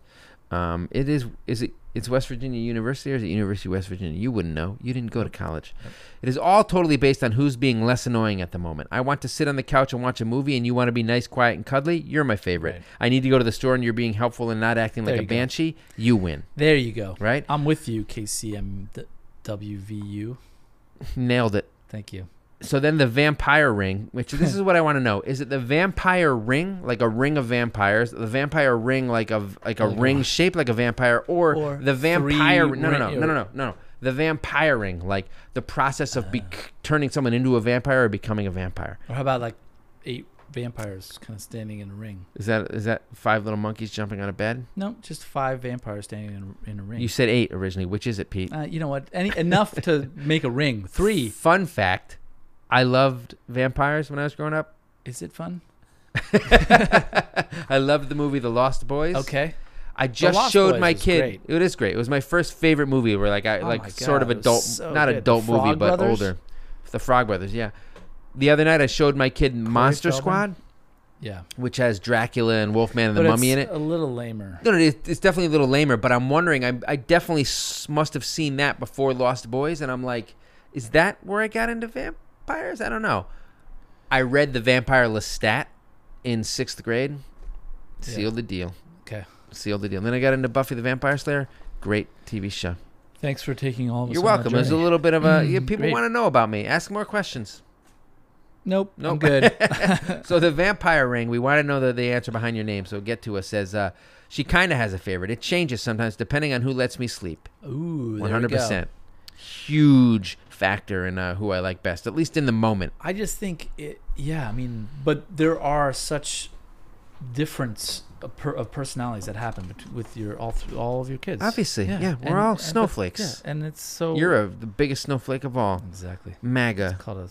Speaker 1: Um, it is. Is it? It's West Virginia University, or is it University of West Virginia? You wouldn't know. You didn't go to college. It is all totally based on who's being less annoying at the moment. I want to sit on the couch and watch a movie, and you want to be nice, quiet, and cuddly. You're my favorite.
Speaker 2: Right.
Speaker 1: I need to go to the store, and you're being helpful and not acting
Speaker 2: There
Speaker 1: like a
Speaker 2: you go.
Speaker 1: banshee. You win,
Speaker 2: There you go.
Speaker 1: right?
Speaker 2: I'm with you, KCMWVU.
Speaker 1: Nailed it.
Speaker 2: Thank you.
Speaker 1: So then the vampire ring, which this is what I want to know: is it the vampire ring, like a ring of vampires, the vampire ring, like a like a
Speaker 2: Like a-
Speaker 1: ring shaped like a vampire, or,
Speaker 2: Or
Speaker 1: the vampire?
Speaker 2: three
Speaker 1: No, no, no,
Speaker 2: ring-
Speaker 1: no, no, no, no, no. The vampire ring, like
Speaker 2: Ah.
Speaker 1: the process of bec turning someone into a vampire or becoming a vampire.
Speaker 2: Or how about like eight vampires kind of standing in a ring.
Speaker 1: Is that is that five little monkeys jumping on a bed?
Speaker 2: No, just five vampires standing in, a- in a ring.
Speaker 1: You said eight originally. Which is it, Pete?
Speaker 2: uh, you know what? Any enough to make a ring. Three.
Speaker 1: Fun fact: I loved vampires when I was growing up.
Speaker 2: Is it fun?
Speaker 1: I loved the movie The Lost Boys.
Speaker 2: Okay.
Speaker 1: I just
Speaker 2: Lost
Speaker 1: showed
Speaker 2: Boys
Speaker 1: my
Speaker 2: was
Speaker 1: kid.
Speaker 2: great.
Speaker 1: It is great. It was my first favorite movie. Where like I
Speaker 2: Oh
Speaker 1: like
Speaker 2: my
Speaker 1: sort of
Speaker 2: God, it was
Speaker 1: adult,
Speaker 2: so
Speaker 1: not
Speaker 2: good. The
Speaker 1: adult movie,
Speaker 2: Frog
Speaker 1: but
Speaker 2: Brothers?
Speaker 1: older. The Frog Brothers. Yeah. The other night I showed my kid Monster
Speaker 2: Feldman?
Speaker 1: Squad,
Speaker 2: Yeah.
Speaker 1: which has Dracula and Wolfman and the
Speaker 2: But
Speaker 1: Mummy
Speaker 2: it's
Speaker 1: in it.
Speaker 2: A little lamer.
Speaker 1: No, no, it- it's definitely a little lamer. But I'm wondering. I I definitely s- must have seen that before Lost Boys, and I'm like, is that where I got into vampires? I don't know. I read the Vampire Lestat in sixth grade.
Speaker 2: Yeah.
Speaker 1: Sealed the deal.
Speaker 2: Okay.
Speaker 1: Sealed the deal. Then I got into Buffy the Vampire Slayer. Great TV show.
Speaker 2: Thanks for taking all of us.
Speaker 1: You're
Speaker 2: on that
Speaker 1: welcome. There's a
Speaker 2: journey.
Speaker 1: little bit of a yeah, people
Speaker 2: great.
Speaker 1: want to know about me. Ask more questions.
Speaker 2: Nope. I'm
Speaker 1: Nope.
Speaker 2: good.
Speaker 1: So the vampire ring, we want to know the, the answer behind your name. So get to us. Says uh, she kind of has a favorite. It changes sometimes depending on who lets me sleep.
Speaker 2: Ooh.
Speaker 1: One
Speaker 2: there we
Speaker 1: hundred
Speaker 2: go.
Speaker 1: percent. Huge factor in uh, who I like best, at least in the moment.
Speaker 2: I just think it. Yeah, I mean, but there are such difference of, per, of personalities that happen bet- with your all th- all of your kids.
Speaker 1: Obviously, yeah, we're all
Speaker 2: but-
Speaker 1: snowflakes.
Speaker 2: yeah, and it's so
Speaker 1: You're a, the biggest snowflake of all.
Speaker 2: exactly
Speaker 1: MAGA.
Speaker 2: called a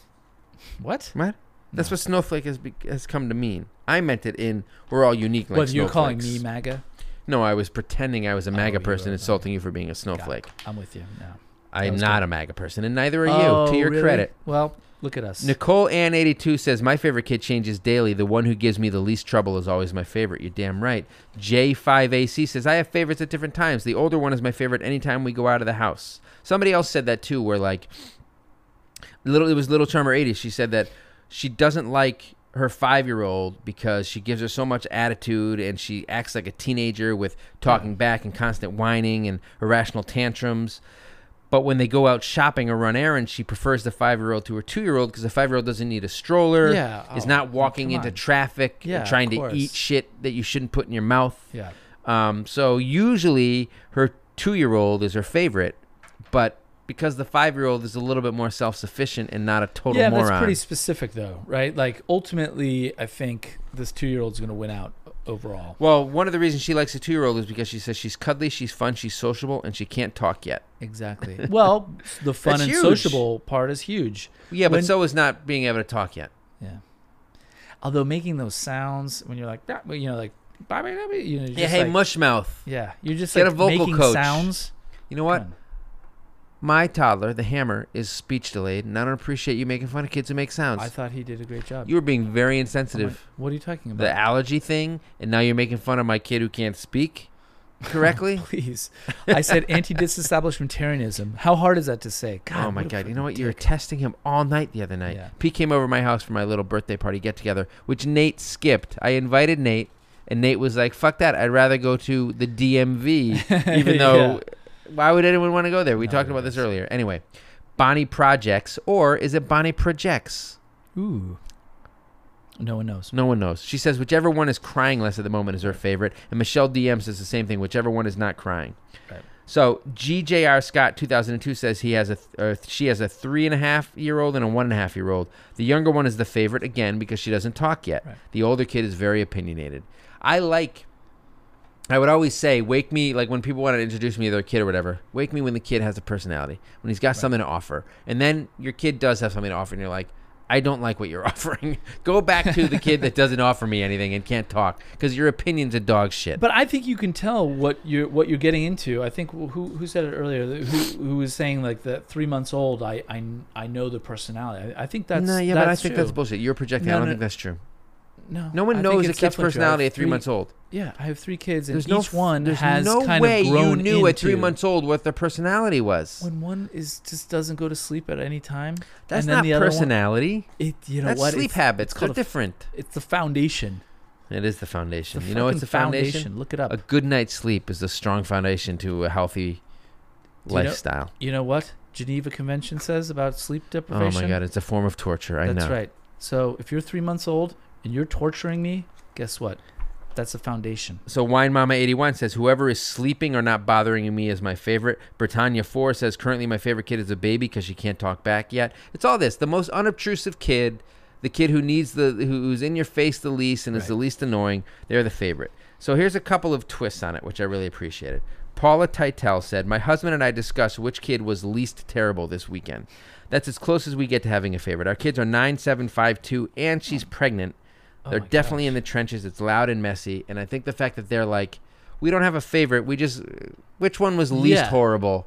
Speaker 2: what?
Speaker 1: Right? That's
Speaker 2: No.
Speaker 1: what snowflake has, be- has come to mean. I meant it in we're all unique like
Speaker 2: What you're calling me
Speaker 1: snowflakes.
Speaker 2: MAGA?
Speaker 1: No, I was pretending I was a MAGA
Speaker 2: Oh, you
Speaker 1: person,
Speaker 2: were,
Speaker 1: insulting you for being a snowflake.
Speaker 2: I'm with you now.
Speaker 1: I
Speaker 2: That
Speaker 1: am
Speaker 2: was
Speaker 1: not
Speaker 2: good.
Speaker 1: a MAGA person, and neither are you,
Speaker 2: Oh,
Speaker 1: to your
Speaker 2: really?
Speaker 1: credit.
Speaker 2: Well, look at us.
Speaker 1: Nicole Ann 82 says, My favorite kid changes daily. The one who gives me the least trouble is always my favorite. You're damn right. J5AC says, I have favorites at different times. The older one is my favorite anytime we go out of the house. Somebody else said that too, where like, little it was Little Charmer 80. She said that she doesn't like her five year old because she gives her so much attitude and she acts like a teenager with talking back and constant whining and irrational tantrums. But when they go out shopping or run errands, she prefers the five year old to her two year old because the five year old doesn't need a stroller.
Speaker 2: Yeah,
Speaker 1: Is
Speaker 2: oh,
Speaker 1: not walking
Speaker 2: come
Speaker 1: into
Speaker 2: on.
Speaker 1: traffic and
Speaker 2: Yeah, of
Speaker 1: trying to
Speaker 2: course.
Speaker 1: eat shit that you shouldn't put in your mouth.
Speaker 2: yeah.
Speaker 1: Um, so usually her two year old is her favorite, but because the five year old is a little bit more self sufficient and not a total
Speaker 2: yeah,
Speaker 1: moron.
Speaker 2: that's pretty specific though, right? Like ultimately, I think this two-year-old's going to win out o- overall.
Speaker 1: well, one of the reasons she likes a two year old is because she says she's cuddly, she's fun, she's sociable, and she can't talk yet.
Speaker 2: Exactly. well, the fun
Speaker 1: That's
Speaker 2: and
Speaker 1: huge.
Speaker 2: sociable part is huge.
Speaker 1: Yeah, but
Speaker 2: When-
Speaker 1: so is not being able to talk yet.
Speaker 2: Yeah. Although making those sounds when you're like, "Bah," you know, like, "Bah, bah, bah," you know, you're
Speaker 1: Yeah,
Speaker 2: just
Speaker 1: hey,
Speaker 2: like-
Speaker 1: mush mouth.
Speaker 2: yeah, you're just
Speaker 1: get a
Speaker 2: like
Speaker 1: vocal
Speaker 2: making
Speaker 1: coach.
Speaker 2: sounds.
Speaker 1: You know what?
Speaker 2: Come on.
Speaker 1: My toddler, the hammer, is speech delayed, and I don't appreciate you making fun of kids who make sounds.
Speaker 2: I thought he did a great job.
Speaker 1: you were being very
Speaker 2: I'm like,
Speaker 1: insensitive.
Speaker 2: what are you talking
Speaker 1: the
Speaker 2: about?
Speaker 1: allergy thing, and now you're making fun of my kid who can't speak correctly.
Speaker 2: Please, I said anti-disestablishmentarianism. How hard is that to say? God,
Speaker 1: oh my
Speaker 2: a
Speaker 1: god! You know
Speaker 2: freaking
Speaker 1: what? You were
Speaker 2: dick.
Speaker 1: testing him all night the other night.
Speaker 2: Yeah.
Speaker 1: Pete came over to my house for my little birthday party get together, which Nate skipped. I invited Nate, and Nate was like, "Fuck that! I'd rather go to the DMV." Even though, why would anyone want to go there? We talked
Speaker 2: Nobody
Speaker 1: about this
Speaker 2: does.
Speaker 1: earlier. Anyway, Bonnie Projects, or is it Bonnie Projects?
Speaker 2: Ooh. No one knows.
Speaker 1: No one knows. She says whichever one is crying less at the moment is her favorite, and Michelle DM says the same thing. Whichever one is not crying.
Speaker 2: Right.
Speaker 1: So GJR Scott 2002 says he has a th- or she has a three and a half year old and a one and a half year old. The younger one is the favorite again because she doesn't talk yet.
Speaker 2: Right.
Speaker 1: The older kid is very opinionated. I like. I would always say, wake me like when people want to introduce me to their kid or whatever. Wake me when the kid has a personality, when he's got something to offer, and then your kid does have something to offer, and you're like, I don't like what you're offering. Go back to the kid that doesn't offer me anything and can't talk because your opinion's a dog shit.
Speaker 2: But I think you can tell what you're what you're getting into. I think who who said it earlier? Who, who was saying like that three months old? I I, I know the personality. I, I think that's
Speaker 1: no, yeah,
Speaker 2: that's
Speaker 1: but I think
Speaker 2: true.
Speaker 1: that's bullshit. You're projecting.
Speaker 2: No,
Speaker 1: I don't
Speaker 2: no.
Speaker 1: think that's true.
Speaker 2: no.
Speaker 1: No one
Speaker 2: I think
Speaker 1: knows a
Speaker 2: it's
Speaker 1: kid's
Speaker 2: definitely true. I have
Speaker 1: personality at three months old.
Speaker 2: Yeah, I have three kids, and
Speaker 1: There's no
Speaker 2: each one
Speaker 1: there's
Speaker 2: has
Speaker 1: no
Speaker 2: kind
Speaker 1: way
Speaker 2: of grown
Speaker 1: you knew at three
Speaker 2: into-
Speaker 1: months old what their personality was.
Speaker 2: When one is just doesn't go to sleep at any time,
Speaker 1: That's
Speaker 2: and then
Speaker 1: not
Speaker 2: the other One,
Speaker 1: personality.
Speaker 2: it you know
Speaker 1: That's
Speaker 2: what?
Speaker 1: sleep
Speaker 2: it's,
Speaker 1: habits.
Speaker 2: it's
Speaker 1: They're
Speaker 2: called a-
Speaker 1: different.
Speaker 2: it's the foundation.
Speaker 1: It is the foundation.
Speaker 2: The
Speaker 1: you know what's
Speaker 2: fucking
Speaker 1: the foundation?
Speaker 2: Look it up.
Speaker 1: A good night's sleep is a strong foundation to a healthy
Speaker 2: Do you know-
Speaker 1: lifestyle.
Speaker 2: you know what Geneva Convention says about sleep
Speaker 1: oh
Speaker 2: deprivation?
Speaker 1: my god, it's a form of torture. I
Speaker 2: That's
Speaker 1: know.
Speaker 2: right. So if you're three months old and you're torturing me, guess what? That's a foundation.
Speaker 1: So Wine Mama 81 says whoever is sleeping or not bothering me is my favorite. Britannia 4 says currently my favorite kid is a baby because she can't talk back yet. It's all this. The most unobtrusive kid the kid who needs the who- who's in your face the least and is the least annoying, they're the favorite. So here's a couple of twists on it, which I really appreciated. Paula Titel said, "My husband and I discussed which kid was least terrible this weekend. That's as close as we get to having a favorite. Our kids are nine, seven, five, two, and she's pregnant. They're
Speaker 2: Oh. my
Speaker 1: definitely in the trenches. It's loud and messy, and I think the fact that they're like, we don't have a favorite. We just which one was least
Speaker 2: Yeah.
Speaker 1: horrible."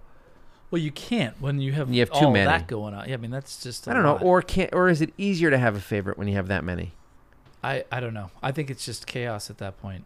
Speaker 2: Well, you can't when you have
Speaker 1: You have too
Speaker 2: all
Speaker 1: many.
Speaker 2: that going on. Yeah, I mean that's just. I
Speaker 1: I don't know, or can or is it easier to have a favorite when you have that many?
Speaker 2: I I don't know. I think it's just chaos at that point.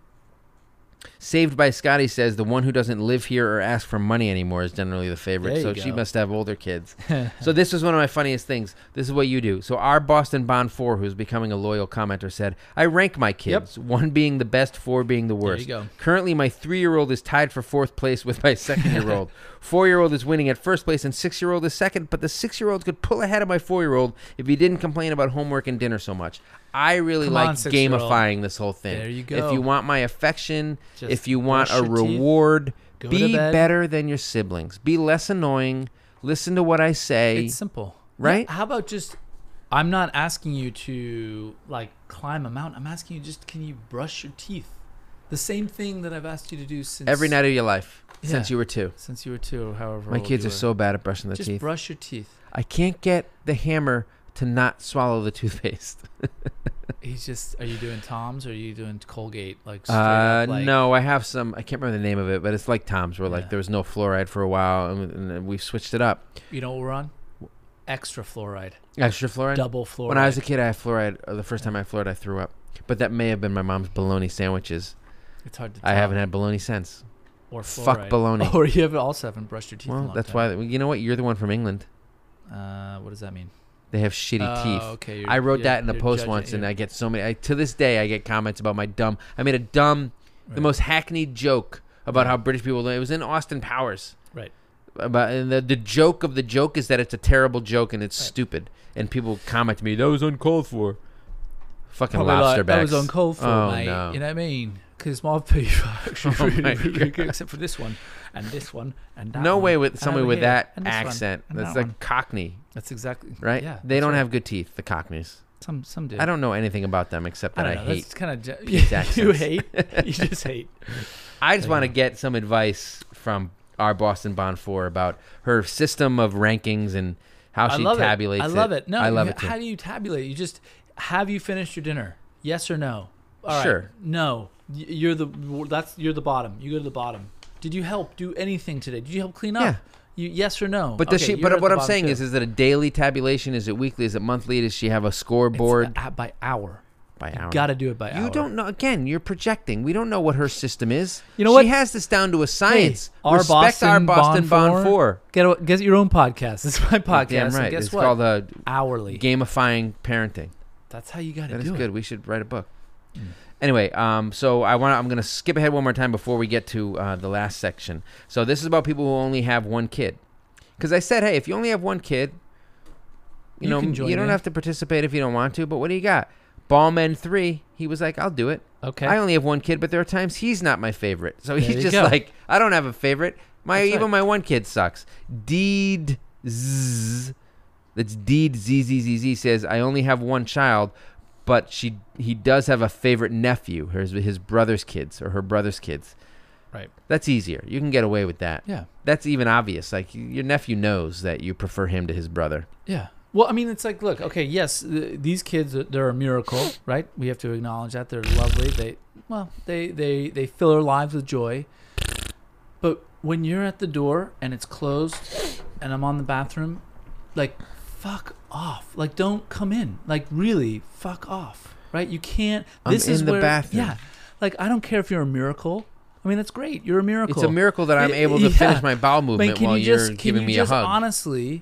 Speaker 1: Saved by Scotty says the one who doesn't live here or ask for money anymore is generally the favorite.
Speaker 2: There
Speaker 1: So
Speaker 2: you
Speaker 1: she
Speaker 2: go.
Speaker 1: must have older kids. so this was one of my funniest things. This is what you do. So our Boston Bond Four, who's becoming a loyal commenter, said, "I rank my kids. One being the best, four being the worst.
Speaker 2: go.
Speaker 1: Currently, my three-year-old is tied for fourth place with my second-year-old. four-year-old is winning at first place, and six-year-old is second. But the six-year-old could pull ahead of my four-year-old if he didn't complain about homework and dinner so much. I really
Speaker 2: Come
Speaker 1: like
Speaker 2: on, six-year-old.
Speaker 1: gamifying this whole thing.
Speaker 2: There you
Speaker 1: If
Speaker 2: go.
Speaker 1: you want my affection,
Speaker 2: Just
Speaker 1: if you want
Speaker 2: brush
Speaker 1: a
Speaker 2: your teeth,
Speaker 1: reward,
Speaker 2: go to
Speaker 1: be
Speaker 2: bed.
Speaker 1: better than your siblings. Be less annoying. Listen to what I say.
Speaker 2: It's simple,
Speaker 1: Right?
Speaker 2: Yeah, how about just? I'm not asking you to like climb a mountain. I'm asking you just can you brush your teeth? The same thing that I've asked you to do since
Speaker 1: Every night of your life since
Speaker 2: Yeah.
Speaker 1: you were two.
Speaker 2: since you were two or however.
Speaker 1: My
Speaker 2: old
Speaker 1: kids
Speaker 2: you
Speaker 1: are
Speaker 2: were.
Speaker 1: so bad at brushing their
Speaker 2: Just
Speaker 1: teeth.
Speaker 2: brush your teeth.
Speaker 1: I can't get the hammer to not swallow the toothpaste.
Speaker 2: He's just. Are you doing Tom's or are you doing Colgate? Like, straight
Speaker 1: Uh,
Speaker 2: up, like
Speaker 1: no, I have some. I can't remember the name of it, but it's like Tom's, where like
Speaker 2: Yeah.
Speaker 1: there was no fluoride for a while, and, and we switched it up.
Speaker 2: You know what we're on? Extra fluoride,
Speaker 1: Extra fluoride.
Speaker 2: double fluoride.
Speaker 1: When I was a kid, I had fluoride. uh, The first time I had fluoride, I threw up. But that may have been my mom's bologna sandwiches.
Speaker 2: it's hard to.
Speaker 1: I
Speaker 2: tell.
Speaker 1: haven't had bologna since.
Speaker 2: Or
Speaker 1: fuck
Speaker 2: fluoride.
Speaker 1: baloney.
Speaker 2: Or you have also haven't brushed your teeth. in a
Speaker 1: Well,
Speaker 2: long
Speaker 1: that's
Speaker 2: time.
Speaker 1: why. well, You know what? You're the one from England.
Speaker 2: Uh, what does that mean?
Speaker 1: They have shitty
Speaker 2: Oh,
Speaker 1: teeth.
Speaker 2: okay, you're-
Speaker 1: I wrote
Speaker 2: you're-
Speaker 1: that in a
Speaker 2: you're
Speaker 1: post
Speaker 2: judging-
Speaker 1: once, and
Speaker 2: you're-
Speaker 1: I get so many. I, to this day, I get comments about my dumb. I made a dumb, the
Speaker 2: Right.
Speaker 1: most hackneyed joke about how British people. It was in Austin Powers.
Speaker 2: Right.
Speaker 1: About and the the joke of the joke is that it's a terrible joke and it's
Speaker 2: Right.
Speaker 1: stupid. And people comment to me that was uncalled for. Fucking
Speaker 2: Probably
Speaker 1: lobster
Speaker 2: like, that was
Speaker 1: backs.
Speaker 2: on cold for,
Speaker 1: Oh,
Speaker 2: mate.
Speaker 1: no.
Speaker 2: You know what I mean? Because my teeth are actually
Speaker 1: Oh,
Speaker 2: really,
Speaker 1: my
Speaker 2: really good,
Speaker 1: God.
Speaker 2: except for this one and this one and that
Speaker 1: no
Speaker 2: one,
Speaker 1: way with
Speaker 2: and
Speaker 1: somebody
Speaker 2: over
Speaker 1: with
Speaker 2: here,
Speaker 1: that
Speaker 2: and this one,
Speaker 1: accent.
Speaker 2: and
Speaker 1: that's
Speaker 2: that
Speaker 1: like
Speaker 2: one.
Speaker 1: Cockney,
Speaker 2: That's exactly
Speaker 1: right?
Speaker 2: Yeah,
Speaker 1: they
Speaker 2: that's
Speaker 1: don't
Speaker 2: right.
Speaker 1: have good teeth. The Cockneys.
Speaker 2: some. Some do.
Speaker 1: I don't know anything about them except
Speaker 2: I
Speaker 1: that I,
Speaker 2: don't know.
Speaker 1: hate.
Speaker 2: That's kind of
Speaker 1: Pete's
Speaker 2: you
Speaker 1: accents.
Speaker 2: hate. You just hate.
Speaker 1: I just
Speaker 2: Yeah.
Speaker 1: want to get some advice from our Boston Bond Four about her system of rankings and how
Speaker 2: I
Speaker 1: she
Speaker 2: love
Speaker 1: tabulates.
Speaker 2: it. I love it. No,
Speaker 1: I love
Speaker 2: you-
Speaker 1: it too.
Speaker 2: How do you tabulate? You just have you finished your dinner? Yes or no? All right.
Speaker 1: Sure.
Speaker 2: No. Y- You're the that's you're the bottom. You go to the bottom. Did you help do anything today? Did you help clean up?
Speaker 1: Yeah.
Speaker 2: You yes or no?
Speaker 1: but does
Speaker 2: Okay,
Speaker 1: she?
Speaker 2: you're at
Speaker 1: But what
Speaker 2: the
Speaker 1: I'm
Speaker 2: bottom
Speaker 1: saying
Speaker 2: too.
Speaker 1: is, is it a daily tabulation? Is it weekly? Is it monthly? Does she have a
Speaker 2: It's uh,
Speaker 1: scoreboard
Speaker 2: a- by hour.
Speaker 1: by hour?
Speaker 2: Got to do it by hour.
Speaker 1: You don't know. Again, you're projecting. We don't know what her system is.
Speaker 2: You know
Speaker 1: she
Speaker 2: what?
Speaker 1: has this down to a
Speaker 2: Hey,
Speaker 1: science.
Speaker 2: our
Speaker 1: Respect
Speaker 2: Boston
Speaker 1: our Boston Bond, Four.
Speaker 2: Get a, get your own podcast. This is my podcast.
Speaker 1: Damn
Speaker 2: and
Speaker 1: right.
Speaker 2: guess
Speaker 1: it's
Speaker 2: what?
Speaker 1: called uh,
Speaker 2: Hourly.
Speaker 1: gamifying parenting.
Speaker 2: That's how you got to
Speaker 1: That
Speaker 2: do
Speaker 1: is
Speaker 2: it. Mm.
Speaker 1: good. We should write a book. Anyway, um, so I want I'm gonna skip ahead one more time before we get to uh, the last section. So this is about people who only have one kid, because I said, hey, if you only have one kid, you,
Speaker 2: You
Speaker 1: know
Speaker 2: can join
Speaker 1: you don't
Speaker 2: in.
Speaker 1: have to participate if you don't want to. But what do you got? Ballman three. He was like, I'll do it.
Speaker 2: Okay.
Speaker 1: I only have one kid, but there are times he's not my favorite. So
Speaker 2: There
Speaker 1: he's
Speaker 2: you
Speaker 1: just
Speaker 2: go.
Speaker 1: like, I don't have a favorite. My
Speaker 2: That's
Speaker 1: even
Speaker 2: right.
Speaker 1: my one kid sucks. Deed zzz. That's Deed ZZZZ says I only have one child, but she he does have a favorite nephew, his his brother's kids or her brother's kids.
Speaker 2: Right.
Speaker 1: That's easier. You can get away with that.
Speaker 2: Yeah.
Speaker 1: That's even obvious. Like y- your nephew knows that you prefer him to his brother.
Speaker 2: Yeah. Well, I mean, it's like, look, okay, yes, th- these kids, uh, they're a miracle, right? We have to acknowledge that they're lovely. They, well, they, they, they fill our lives with joy. But when you're at the door and it's closed, and I'm on the bathroom, like, fuck off. Like, don't come in. Like, really, fuck off, right? You can't.
Speaker 1: I'm
Speaker 2: This is
Speaker 1: in the
Speaker 2: where-
Speaker 1: bathroom.
Speaker 2: Yeah. Like, I don't care if you're a miracle. I mean, that's great. You're a miracle.
Speaker 1: It's a miracle that I'm
Speaker 2: Y-
Speaker 1: able to
Speaker 2: yeah.
Speaker 1: finish my bowel
Speaker 2: Man,
Speaker 1: movement
Speaker 2: can
Speaker 1: while
Speaker 2: you
Speaker 1: you are
Speaker 2: just, can
Speaker 1: giving
Speaker 2: you
Speaker 1: me
Speaker 2: just
Speaker 1: a hug.
Speaker 2: Honestly,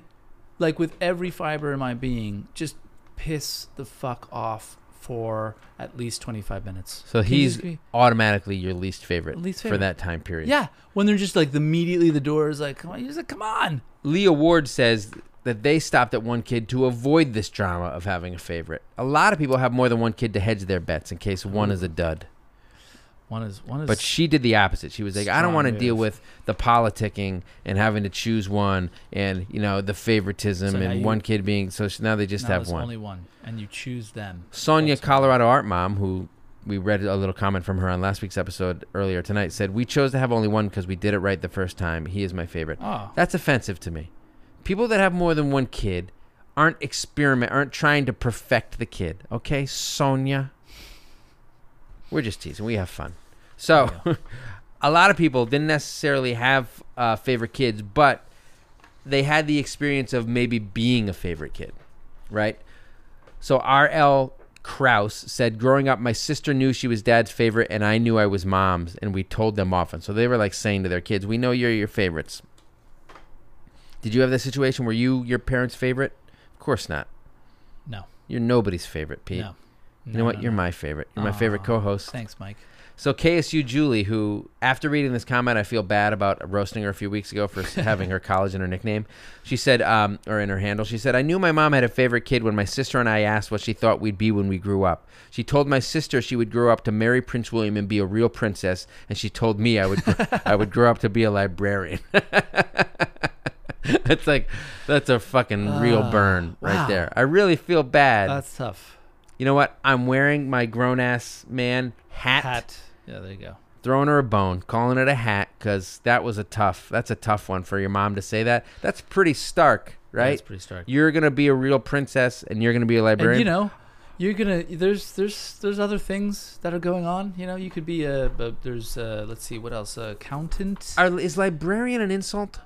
Speaker 2: like with every fiber in my being, just piss the fuck off for at least 25 minutes.
Speaker 1: so
Speaker 2: Can you
Speaker 1: he's
Speaker 2: just be-
Speaker 1: automatically your least favorite,
Speaker 2: Least
Speaker 1: for
Speaker 2: favorite.
Speaker 1: that time period.
Speaker 2: yeah, when they're just like immediately the door is like, come on, you just like, come on.
Speaker 1: Leah Ward says that they stopped at one kid to avoid this drama of having a favorite. A lot of people have more than one kid to hedge their bets in case one is a dud.
Speaker 2: One is one is.
Speaker 1: But she did the opposite. She was like, I don't
Speaker 2: Strong
Speaker 1: want to deal
Speaker 2: move.
Speaker 1: with the politicking and having to choose one, and you know the favoritism
Speaker 2: So now
Speaker 1: and
Speaker 2: you-
Speaker 1: one kid being. So she, now they just
Speaker 2: now
Speaker 1: have
Speaker 2: there's
Speaker 1: one.
Speaker 2: only one, and you choose them.
Speaker 1: Sonia,
Speaker 2: Awesome.
Speaker 1: Colorado art mom, who we read a little comment from her on last week's episode earlier tonight, said, We chose to have only one because we did it right the first time. He is my favorite.
Speaker 2: Oh,
Speaker 1: That's offensive to me. People that have more than one kid aren't experiment aren't trying to perfect the kid. Okay, Sonia. We're just teasing. We have fun. So, a lot of people didn't necessarily have uh, favorite kids, but they had the experience of maybe being a favorite kid, right? So R.L. Kraus said, Growing up, my sister knew she was dad's favorite, and I knew I was mom's, and we told them often. So they were like saying to their kids, We know you're your favorites. Did you have that situation? Were you your parents' favorite? Of course not.
Speaker 2: No.
Speaker 1: You're nobody's favorite, Pete.
Speaker 2: No.
Speaker 1: You
Speaker 2: No,
Speaker 1: know what?
Speaker 2: no,
Speaker 1: You're
Speaker 2: no.
Speaker 1: my favorite. You're my favorite
Speaker 2: Aw,
Speaker 1: co host.
Speaker 2: Thanks, Mike.
Speaker 1: So KSU Julie, who after reading this comment, I feel bad about roasting her a few weeks ago for having her college in her nickname. She said, um, or in her handle, she said, "I knew my mom had a favorite kid when my sister and I asked what she thought we'd be when we grew up. She told my sister she would grow up to marry Prince William and be a real princess, and she told me I would, I would grow up to be a librarian." that's like, that's a fucking real
Speaker 2: Ah,
Speaker 1: burn right
Speaker 2: wow.
Speaker 1: there. I really feel bad.
Speaker 2: That's tough.
Speaker 1: you know what? I'm wearing my grown ass man
Speaker 2: Hat. Yeah, there you go.
Speaker 1: throwing her a bone, calling it a hat, because that was a tough. That's a tough one for your mom to say that. That's pretty stark, right?
Speaker 2: That's pretty stark.
Speaker 1: you're gonna be a real princess, and you're gonna be a librarian.
Speaker 2: And Uh, you know, you're gonna there's there's there's other things that are going on. You know, you could be a, a there's uh let's see what else a accountant.
Speaker 1: Are, is librarian an insult?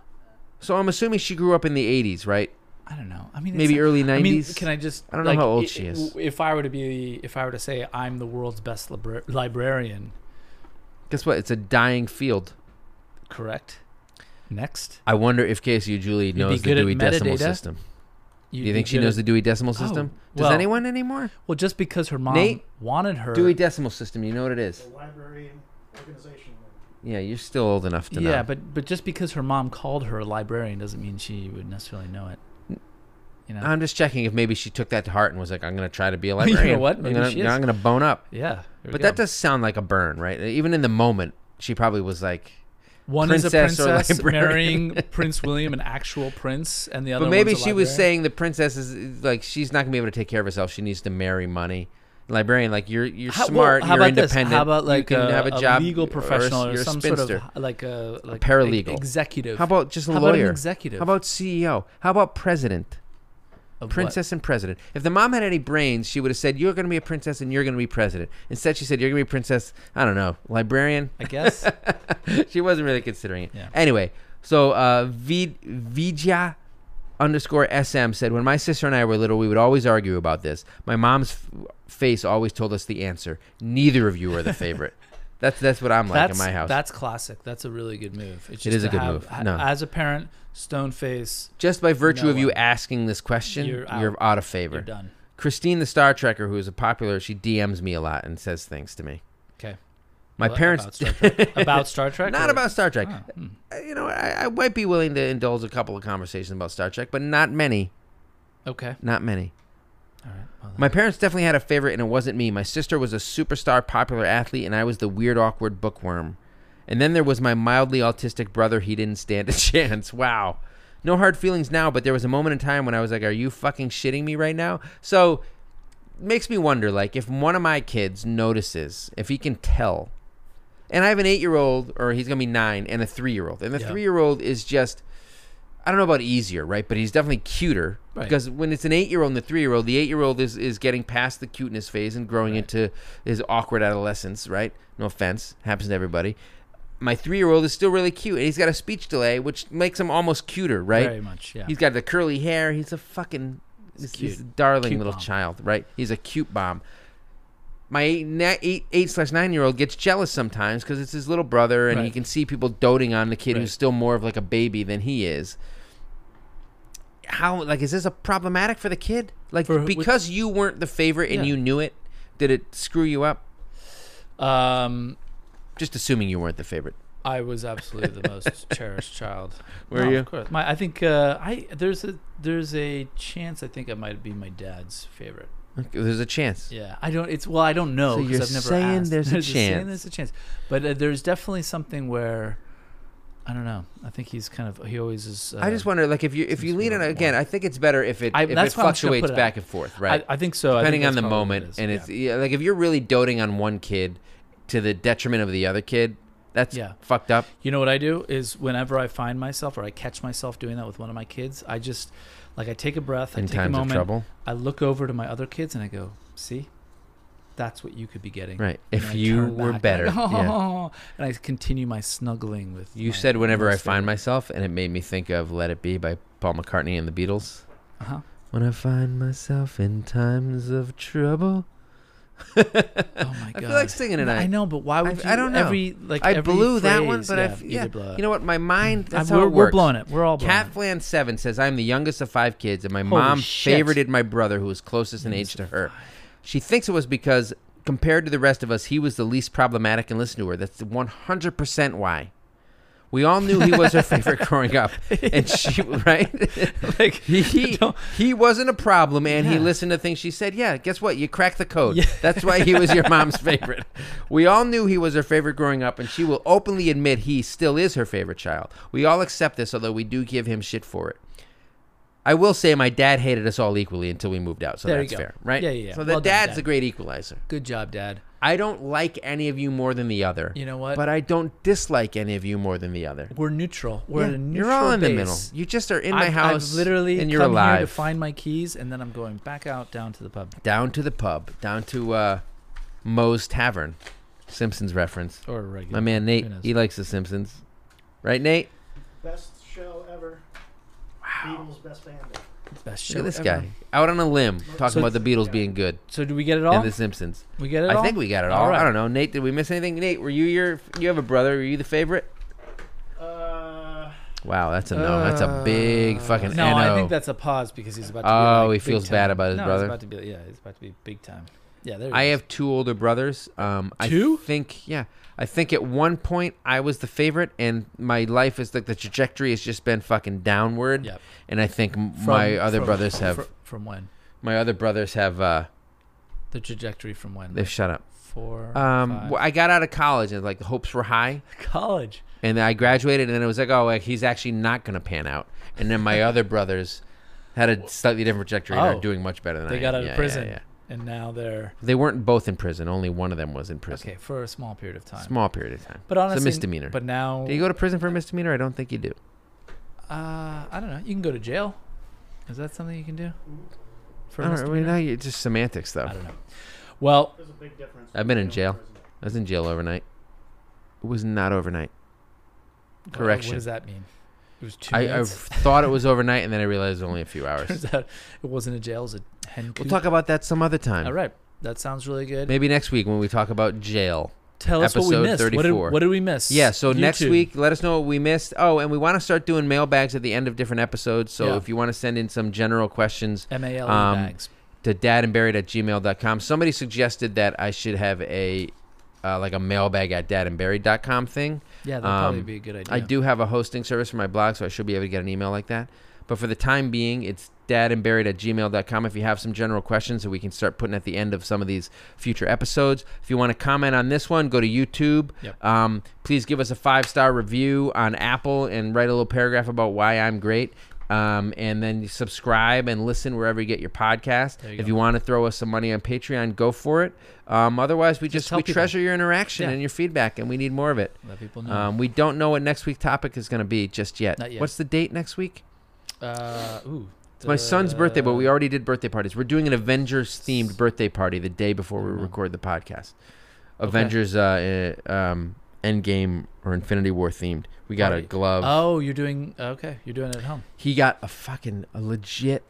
Speaker 1: So I'm assuming she grew up in the '80s, right?
Speaker 2: I don't know. I mean,
Speaker 1: Maybe
Speaker 2: it's-
Speaker 1: early '90s.
Speaker 2: I mean, can I just?
Speaker 1: I don't know
Speaker 2: like,
Speaker 1: how old
Speaker 2: i-
Speaker 1: she is.
Speaker 2: If I were to be, if I were to say I'm the world's best libra- librarian,
Speaker 1: Guess what? It's a dying field.
Speaker 2: correct? Next,
Speaker 1: I wonder if KSU Julie
Speaker 2: be
Speaker 1: knows the
Speaker 2: good at
Speaker 1: Dewey Decimal
Speaker 2: metadata?
Speaker 1: System. Do you
Speaker 2: You'd
Speaker 1: think
Speaker 2: be
Speaker 1: she
Speaker 2: good
Speaker 1: knows the
Speaker 2: at- Oh,
Speaker 1: Dewey Decimal System? Does
Speaker 2: well-
Speaker 1: anyone anymore?
Speaker 2: Well, just because her mom
Speaker 1: Nate,
Speaker 2: wanted her.
Speaker 1: Dewey Decimal System. You know what it is?
Speaker 3: The library organization.
Speaker 1: Yeah, you're still old enough to know.
Speaker 2: yeah, but but just because her mom called her a librarian doesn't mean she would necessarily know it. You know.
Speaker 1: I'm just checking if maybe she took that to heart and was like, "I'm gonna try to be a
Speaker 2: know
Speaker 1: librarian."
Speaker 2: what?
Speaker 1: I'm
Speaker 2: Maybe
Speaker 1: gonna,
Speaker 2: she is.
Speaker 1: I'm gonna bone up.
Speaker 2: yeah. there we
Speaker 1: But
Speaker 2: go.
Speaker 1: that does sound like a burn, right? Even in the moment, she probably was like,
Speaker 2: One
Speaker 1: princess
Speaker 2: is
Speaker 1: or
Speaker 2: a princess
Speaker 1: librarian.
Speaker 2: marrying Prince William, an actual prince, and the other.
Speaker 1: but maybe
Speaker 2: one's a
Speaker 1: she was
Speaker 2: librarian.
Speaker 1: saying the princess is like she's not gonna be able to take care of herself. She needs to marry money. Librarian, like you're you're
Speaker 2: How- well,
Speaker 1: smart,
Speaker 2: how
Speaker 1: you're
Speaker 2: about this?
Speaker 1: independent.
Speaker 2: How about like
Speaker 1: you can
Speaker 2: a,
Speaker 1: have a job,
Speaker 2: legal professional or,
Speaker 1: you're a
Speaker 2: some
Speaker 1: spinster.
Speaker 2: sort of like a like
Speaker 1: paralegal.
Speaker 2: executive?
Speaker 1: How about just a
Speaker 2: How about an
Speaker 1: lawyer?
Speaker 2: executive?
Speaker 1: how about CEO? How about president?
Speaker 2: Of what?
Speaker 1: Princess and president. If the mom had any brains, she would have said, "You're gonna be a princess and you're gonna be president." Instead, she said, "You're gonna be princess." I don't know, librarian.
Speaker 2: I guess.
Speaker 1: she wasn't really considering it.
Speaker 2: Yeah.
Speaker 1: Anyway, so uh, v- Vija underscore SM said, when my sister and I were little, we would always argue about this. My mom's f- face always told us the answer. Neither of you are the favorite. that's that's what I'm like
Speaker 2: that's
Speaker 1: in my house.
Speaker 2: that's classic. That's a really good move. It's just
Speaker 1: is
Speaker 2: to
Speaker 1: a good
Speaker 2: have-
Speaker 1: move.
Speaker 2: ha-
Speaker 1: No.
Speaker 2: As a parent, stone face,
Speaker 1: Just by virtue
Speaker 2: No
Speaker 1: of you
Speaker 2: one.
Speaker 1: asking this question, you're
Speaker 2: You're
Speaker 1: out,
Speaker 2: out.
Speaker 1: of favor.
Speaker 2: you're done.
Speaker 1: Christine, the Star Trekker, who is a popular, she DMs me a lot and says things to me.
Speaker 2: Okay.
Speaker 1: My
Speaker 2: Well,
Speaker 1: parents
Speaker 2: about Star Trek. about Star Trek
Speaker 1: Not
Speaker 2: or-
Speaker 1: about Star Trek.
Speaker 2: Oh, hmm.
Speaker 1: Uh, You know, I, I might be willing to indulge a couple of conversations about Star Trek, but not many.
Speaker 2: Okay.
Speaker 1: Not many.
Speaker 2: All right. Well,
Speaker 1: My parents definitely had a favorite, and it wasn't me. My sister was a superstar popular athlete, and I was the weird, awkward bookworm. And then there was my mildly autistic brother. He didn't stand a chance. Wow. No hard feelings now, but there was a moment in time when I was like, Are you fucking shitting me right now? So makes me wonder like, if one of my kids notices, if he can tell, and I have an eight year old, or he's going to be nine, and a three year old. And the
Speaker 2: Yeah.
Speaker 1: three year old is just, I don't know about easier, right? But he's definitely cuter.
Speaker 2: Right.
Speaker 1: Because when it's an eight year old and a three year old, the eight year old is, is getting past the cuteness phase and growing into his awkward adolescence, right? No offense, happens to everybody. My three year old is still really cute, and he's got a speech delay, which makes him almost cuter, right?
Speaker 2: Very much. Yeah.
Speaker 1: He's got the curly hair. He's a fucking he's,
Speaker 2: cute.
Speaker 1: he's a darling
Speaker 2: Cute
Speaker 1: little
Speaker 2: bomb.
Speaker 1: child, right? He's a cute bomb. My eight na- eight- eight slash nine year old gets jealous sometimes because it's his little brother, and he
Speaker 2: Right.
Speaker 1: can see people doting on the kid
Speaker 2: Right.
Speaker 1: who's still more of like a baby than he is. How like is this a problematic for the kid? Like
Speaker 2: For who- which-
Speaker 1: because you weren't the favorite and
Speaker 2: Yeah.
Speaker 1: you knew it, did it screw you up?
Speaker 2: Um,
Speaker 1: Just assuming you weren't the favorite.
Speaker 2: I was absolutely the most cherished child.
Speaker 1: Were
Speaker 2: No,
Speaker 1: you?
Speaker 2: Of course. My, I think uh, I there's a there's a chance I think I might be my dad's favorite.
Speaker 1: Okay, There's a chance.
Speaker 2: Yeah, I don't. It's well, I don't know
Speaker 1: So
Speaker 2: because
Speaker 1: you're
Speaker 2: I've never
Speaker 1: saying
Speaker 2: asked.
Speaker 1: there's a
Speaker 2: Just saying
Speaker 1: chance.
Speaker 2: there's a chance, but uh, there's definitely something where I don't know. I think he's kind of he always is. Uh,
Speaker 1: I just wonder, like, if you if you
Speaker 2: Since we
Speaker 1: lean on
Speaker 2: don't
Speaker 1: again, I think it's better if it
Speaker 2: I-
Speaker 1: if it
Speaker 2: that's why I'm just gonna
Speaker 1: fluctuates
Speaker 2: put it
Speaker 1: back
Speaker 2: out.
Speaker 1: and forth, right?
Speaker 2: I, I think so. I think
Speaker 1: Depending on
Speaker 2: that's
Speaker 1: the
Speaker 2: probably what
Speaker 1: moment,
Speaker 2: it is.
Speaker 1: and
Speaker 2: Yeah.
Speaker 1: it's yeah, like if you're really doting on one kid to the detriment of the other kid, that's
Speaker 2: Yeah.
Speaker 1: fucked up.
Speaker 2: You know what I do is whenever I find myself or I catch myself doing that with one of my kids, I just like I take a breath, I
Speaker 1: in
Speaker 2: take a
Speaker 1: times of
Speaker 2: moment,
Speaker 1: trouble.
Speaker 2: I look over to my other kids and I go, "See, that's what you could be getting."
Speaker 1: Right.
Speaker 2: And
Speaker 1: If
Speaker 2: I
Speaker 1: you
Speaker 2: turn
Speaker 1: were
Speaker 2: back,
Speaker 1: better.
Speaker 2: and I, go,
Speaker 1: yeah.
Speaker 2: and I continue my snuggling with.
Speaker 1: You
Speaker 2: my
Speaker 1: said whenever I
Speaker 2: most
Speaker 1: find
Speaker 2: favorite-
Speaker 1: myself, and it made me think of Let It Be by Paul McCartney and the Beatles.
Speaker 2: Uh-huh.
Speaker 1: When I find myself in times of trouble.
Speaker 2: Oh my god!
Speaker 1: I feel like singing tonight.
Speaker 2: I know, but why would
Speaker 1: I-
Speaker 2: you?
Speaker 1: I don't know.
Speaker 2: Every like
Speaker 1: I
Speaker 2: every
Speaker 1: blew that one,
Speaker 2: phrase-
Speaker 1: but I f-
Speaker 2: you
Speaker 1: yeah.
Speaker 2: did blow it.
Speaker 1: You know what? My mind. That's
Speaker 2: I-
Speaker 1: how
Speaker 2: we're,
Speaker 1: it works.
Speaker 2: we're blowing it. We're all blowing it.
Speaker 1: Catflan7 says, I'm the youngest of five kids, and my
Speaker 2: Holy
Speaker 1: mom
Speaker 2: shit.
Speaker 1: favorited my brother, who was closest in age to her. She thinks it was because, compared to the rest of us, he was the least problematic and listened to her. That's 100% why. We all knew he was her favorite growing up. And she, right?
Speaker 2: Like,
Speaker 1: He, he,
Speaker 2: don't-
Speaker 1: he wasn't a problem, and he
Speaker 2: Yeah.
Speaker 1: listened to things she said. Yeah, guess what? You cracked the code.
Speaker 2: Yeah.
Speaker 1: That's why he was your mom's favorite. We all knew he was her favorite growing up, and she will openly admit he still is her favorite child. We all accept this, although we do give him shit for it. I will say my dad hated us all equally until we moved out, so
Speaker 2: There you
Speaker 1: that's
Speaker 2: go.
Speaker 1: fair, right?
Speaker 2: Yeah, yeah, yeah.
Speaker 1: So the
Speaker 2: Well done,
Speaker 1: dad's
Speaker 2: Dad.
Speaker 1: a great equalizer.
Speaker 2: Good job, Dad.
Speaker 1: I don't like any of you more than the other,
Speaker 2: You know what?
Speaker 1: but I don't dislike any of you more than the other.
Speaker 2: we're neutral. We're at
Speaker 1: Yeah,
Speaker 2: a neutral
Speaker 1: you're all in the
Speaker 2: base.
Speaker 1: middle. You just are in my
Speaker 2: I've-
Speaker 1: house,
Speaker 2: I've literally
Speaker 1: and you're
Speaker 2: come
Speaker 1: alive.
Speaker 2: here to find my keys, and then I'm going back out down to the pub
Speaker 1: down to the pub, down to uh, Moe's Tavern. Simpsons reference.
Speaker 2: or
Speaker 1: My
Speaker 2: regular.
Speaker 1: man Nate,
Speaker 2: Who knows?
Speaker 1: he likes The Simpsons. Right, Nate?
Speaker 3: Best show ever. Beatles best band. ever.
Speaker 2: Best
Speaker 1: Look
Speaker 2: show
Speaker 1: at this
Speaker 2: ever.
Speaker 1: guy. Out on a limb, talking
Speaker 2: So-
Speaker 1: about the Beatles
Speaker 3: Yeah.
Speaker 1: being good
Speaker 2: So do we get it all?
Speaker 1: and The Simpsons.
Speaker 2: we get it
Speaker 1: I
Speaker 2: all.
Speaker 1: think we got it all.
Speaker 2: All right.
Speaker 1: I don't know. Nate, did we miss anything? Nate, were you your, you have a brother. Were you the favorite?
Speaker 3: Uh,
Speaker 1: Wow, that's a no. that's a big
Speaker 2: Uh,
Speaker 1: fucking
Speaker 2: No, I
Speaker 1: NO.
Speaker 2: think that's a pause because he's about. to
Speaker 1: Oh,
Speaker 2: be like
Speaker 1: he
Speaker 2: big
Speaker 1: feels
Speaker 2: time.
Speaker 1: bad about his
Speaker 2: no,
Speaker 1: brother.
Speaker 2: He's about to be, yeah, he's about to be big time. Yeah, there. He
Speaker 1: I
Speaker 2: is.
Speaker 1: have two older brothers. Um,
Speaker 2: Two?
Speaker 1: I think, yeah. I think at one point I was the favorite, and my life is like the trajectory has just been fucking downward.
Speaker 2: Yep.
Speaker 1: And I think m
Speaker 2: From-
Speaker 1: my other
Speaker 2: from-
Speaker 1: brothers have
Speaker 2: fr- from when
Speaker 1: my other brothers have uh,
Speaker 2: the trajectory from when
Speaker 1: they've shut up.
Speaker 2: four.
Speaker 1: Um,
Speaker 2: five-
Speaker 1: well, I got out of college and like the hopes were high,
Speaker 2: college.
Speaker 1: and then I graduated, and then it was like, oh, like, he's actually not gonna pan out. And then my other brothers had a slightly different trajectory and
Speaker 2: Oh.
Speaker 1: are doing much better than I.
Speaker 2: They
Speaker 1: am.
Speaker 2: got out
Speaker 1: Yeah,
Speaker 2: of
Speaker 1: yeah,
Speaker 2: prison,
Speaker 1: yeah.
Speaker 2: and now they're
Speaker 1: They weren't both in prison. Only one of them was in prison.
Speaker 2: okay for a small period of time.
Speaker 1: Small period of time.
Speaker 2: But honestly,
Speaker 1: misdemeanor.
Speaker 2: But now,
Speaker 1: Do you go to prison for a misdemeanor? I don't think you do.
Speaker 2: uh, I don't know. You can go to jail. Is that something you can do? For
Speaker 1: All right, well,
Speaker 2: misdemeanor?
Speaker 1: now you're just semantics, though.
Speaker 2: I
Speaker 1: I,
Speaker 2: don't know. Well,
Speaker 3: there's a big difference.
Speaker 1: I've been in
Speaker 3: between
Speaker 1: jail. was in jail overnight. It was not overnight.
Speaker 2: wha-
Speaker 1: Correction.
Speaker 2: What does that mean? It was two
Speaker 1: I, I
Speaker 2: minutes.
Speaker 1: thought it was overnight, and then I realized it was only a few
Speaker 2: Turns
Speaker 1: hours.
Speaker 2: out it wasn't a jail. It was a hen.
Speaker 1: We'll
Speaker 2: coop.
Speaker 1: talk about that some other time.
Speaker 2: All right. That sounds really good.
Speaker 1: Maybe next week when we talk about jail.
Speaker 2: Tell us what we
Speaker 1: episode
Speaker 2: missed. What did,
Speaker 1: 34.
Speaker 2: what did we miss?
Speaker 1: Yeah, so next
Speaker 2: YouTube.
Speaker 1: week, let us know what we missed. Oh, and we want to start doing mailbags at the end of different episodes. So
Speaker 2: Yeah.
Speaker 1: if you want to send in some general questions
Speaker 2: MAL
Speaker 1: um,
Speaker 2: E bags.
Speaker 1: to dadandburied at gmail.com, somebody suggested that I should have a uh, like a mailbag at dadandburied.com thing.
Speaker 2: Yeah, that'd probably
Speaker 1: um,
Speaker 2: be a good idea.
Speaker 1: I do have a hosting service for my blog, so I should be able to get an email like that. But for the time being, it's dadandburied at gmail.com if you have some general questions that we can start putting at the end of some of these future episodes. If you want to comment on this one, go to YouTube.
Speaker 2: Yep.
Speaker 1: Um, please give us a five star review on Apple and write a little paragraph about why I'm great. Um, and then you subscribe and listen wherever you get your podcast.
Speaker 2: There you
Speaker 1: if
Speaker 2: go.
Speaker 1: you want to throw us some money on Patreon, go for it. Um, otherwise, we just,
Speaker 2: tell
Speaker 1: we
Speaker 2: people.
Speaker 1: treasure your interaction
Speaker 2: Yeah.
Speaker 1: and your feedback, and we need more of it.
Speaker 2: Let people know.
Speaker 1: Um, we don't know what next week's topic is going to be just yet.
Speaker 2: Not yet.
Speaker 1: What's the date next week?
Speaker 2: uh, ooh,
Speaker 1: It's my son's birthday, but we already did birthday parties. We're doing an Avengers themed birthday party the day before we
Speaker 2: Mhm.
Speaker 1: record the podcast. Avengers uh, uh, um, Endgame or Infinity War themed. We got a
Speaker 2: Party.
Speaker 1: glove.
Speaker 2: Oh, you're doing okay. You're doing it at home.
Speaker 1: He got a fucking a legit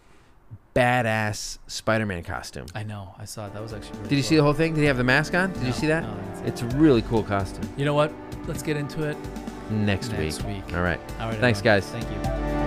Speaker 1: badass Spider Man costume.
Speaker 2: I know. I saw it. That was actually. Really
Speaker 1: Did you see the whole thing? Did he have the mask on? Did you see that? It's a really cool costume.
Speaker 2: you know what? Let's get into it
Speaker 1: Next,
Speaker 2: next
Speaker 1: week.
Speaker 2: week.
Speaker 1: All right.
Speaker 2: All right.
Speaker 1: Thanks,
Speaker 2: everyone.
Speaker 1: guys.
Speaker 2: Thank you.